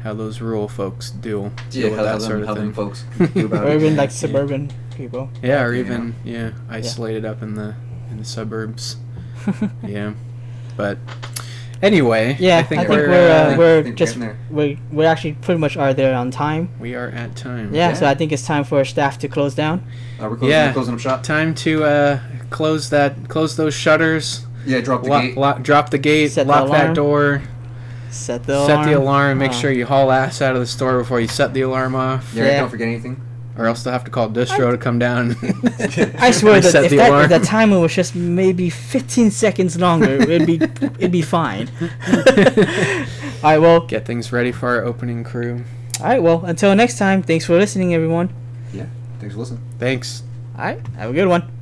Speaker 3: how those rural folks deal deal
Speaker 2: Yeah,
Speaker 3: with
Speaker 2: how,
Speaker 3: that
Speaker 2: how them,
Speaker 3: sort
Speaker 2: how
Speaker 3: of
Speaker 2: them
Speaker 3: thing. (laughs)
Speaker 2: folks do about
Speaker 1: Or
Speaker 2: it.
Speaker 1: even like
Speaker 3: Oh, Yeah.
Speaker 1: suburban people. (laughs)
Speaker 3: Yeah, or
Speaker 2: you
Speaker 3: even yeah, isolated up in the in the suburbs. yeah, but anyway,
Speaker 1: Yeah,
Speaker 3: I think
Speaker 1: I think
Speaker 3: we're,
Speaker 1: we're, uh,
Speaker 3: uh,
Speaker 1: we're
Speaker 2: I think
Speaker 1: just-
Speaker 2: getting there.
Speaker 1: We we actually pretty much are there on time.
Speaker 3: we are at time.
Speaker 1: Yeah, so
Speaker 2: Yeah.
Speaker 1: I think it's time for staff to close down.
Speaker 2: Uh, we're closing,
Speaker 3: Yeah.
Speaker 2: we're closing up shop.
Speaker 3: Time to uh, close that close those shutters.
Speaker 2: Yeah, drop the
Speaker 3: Lo-
Speaker 2: gate.
Speaker 3: lo- drop the gate.
Speaker 1: Set the
Speaker 3: lock
Speaker 1: alarm.
Speaker 3: that door.
Speaker 1: Set the
Speaker 3: set
Speaker 1: alarm.
Speaker 3: the alarm. Make
Speaker 1: Uh,
Speaker 3: sure you haul ass out of the store before you set the alarm off,
Speaker 2: Yeah,
Speaker 1: Yeah.
Speaker 2: don't forget anything.
Speaker 3: or else they'll have to call distro to come down. (laughs)
Speaker 1: I swear that
Speaker 3: Reset
Speaker 1: if,
Speaker 3: the
Speaker 1: that,
Speaker 3: alarm.
Speaker 1: if that timer was just maybe 15 seconds longer, it'd
Speaker 3: (laughs)
Speaker 1: be it'd be fine. (laughs) all right, well,
Speaker 3: Get things ready for our opening crew.
Speaker 1: all right, well. Until next time, thanks for listening, everyone.
Speaker 2: Yeah, thanks for listening.
Speaker 3: Thanks.
Speaker 1: All right, have a good one.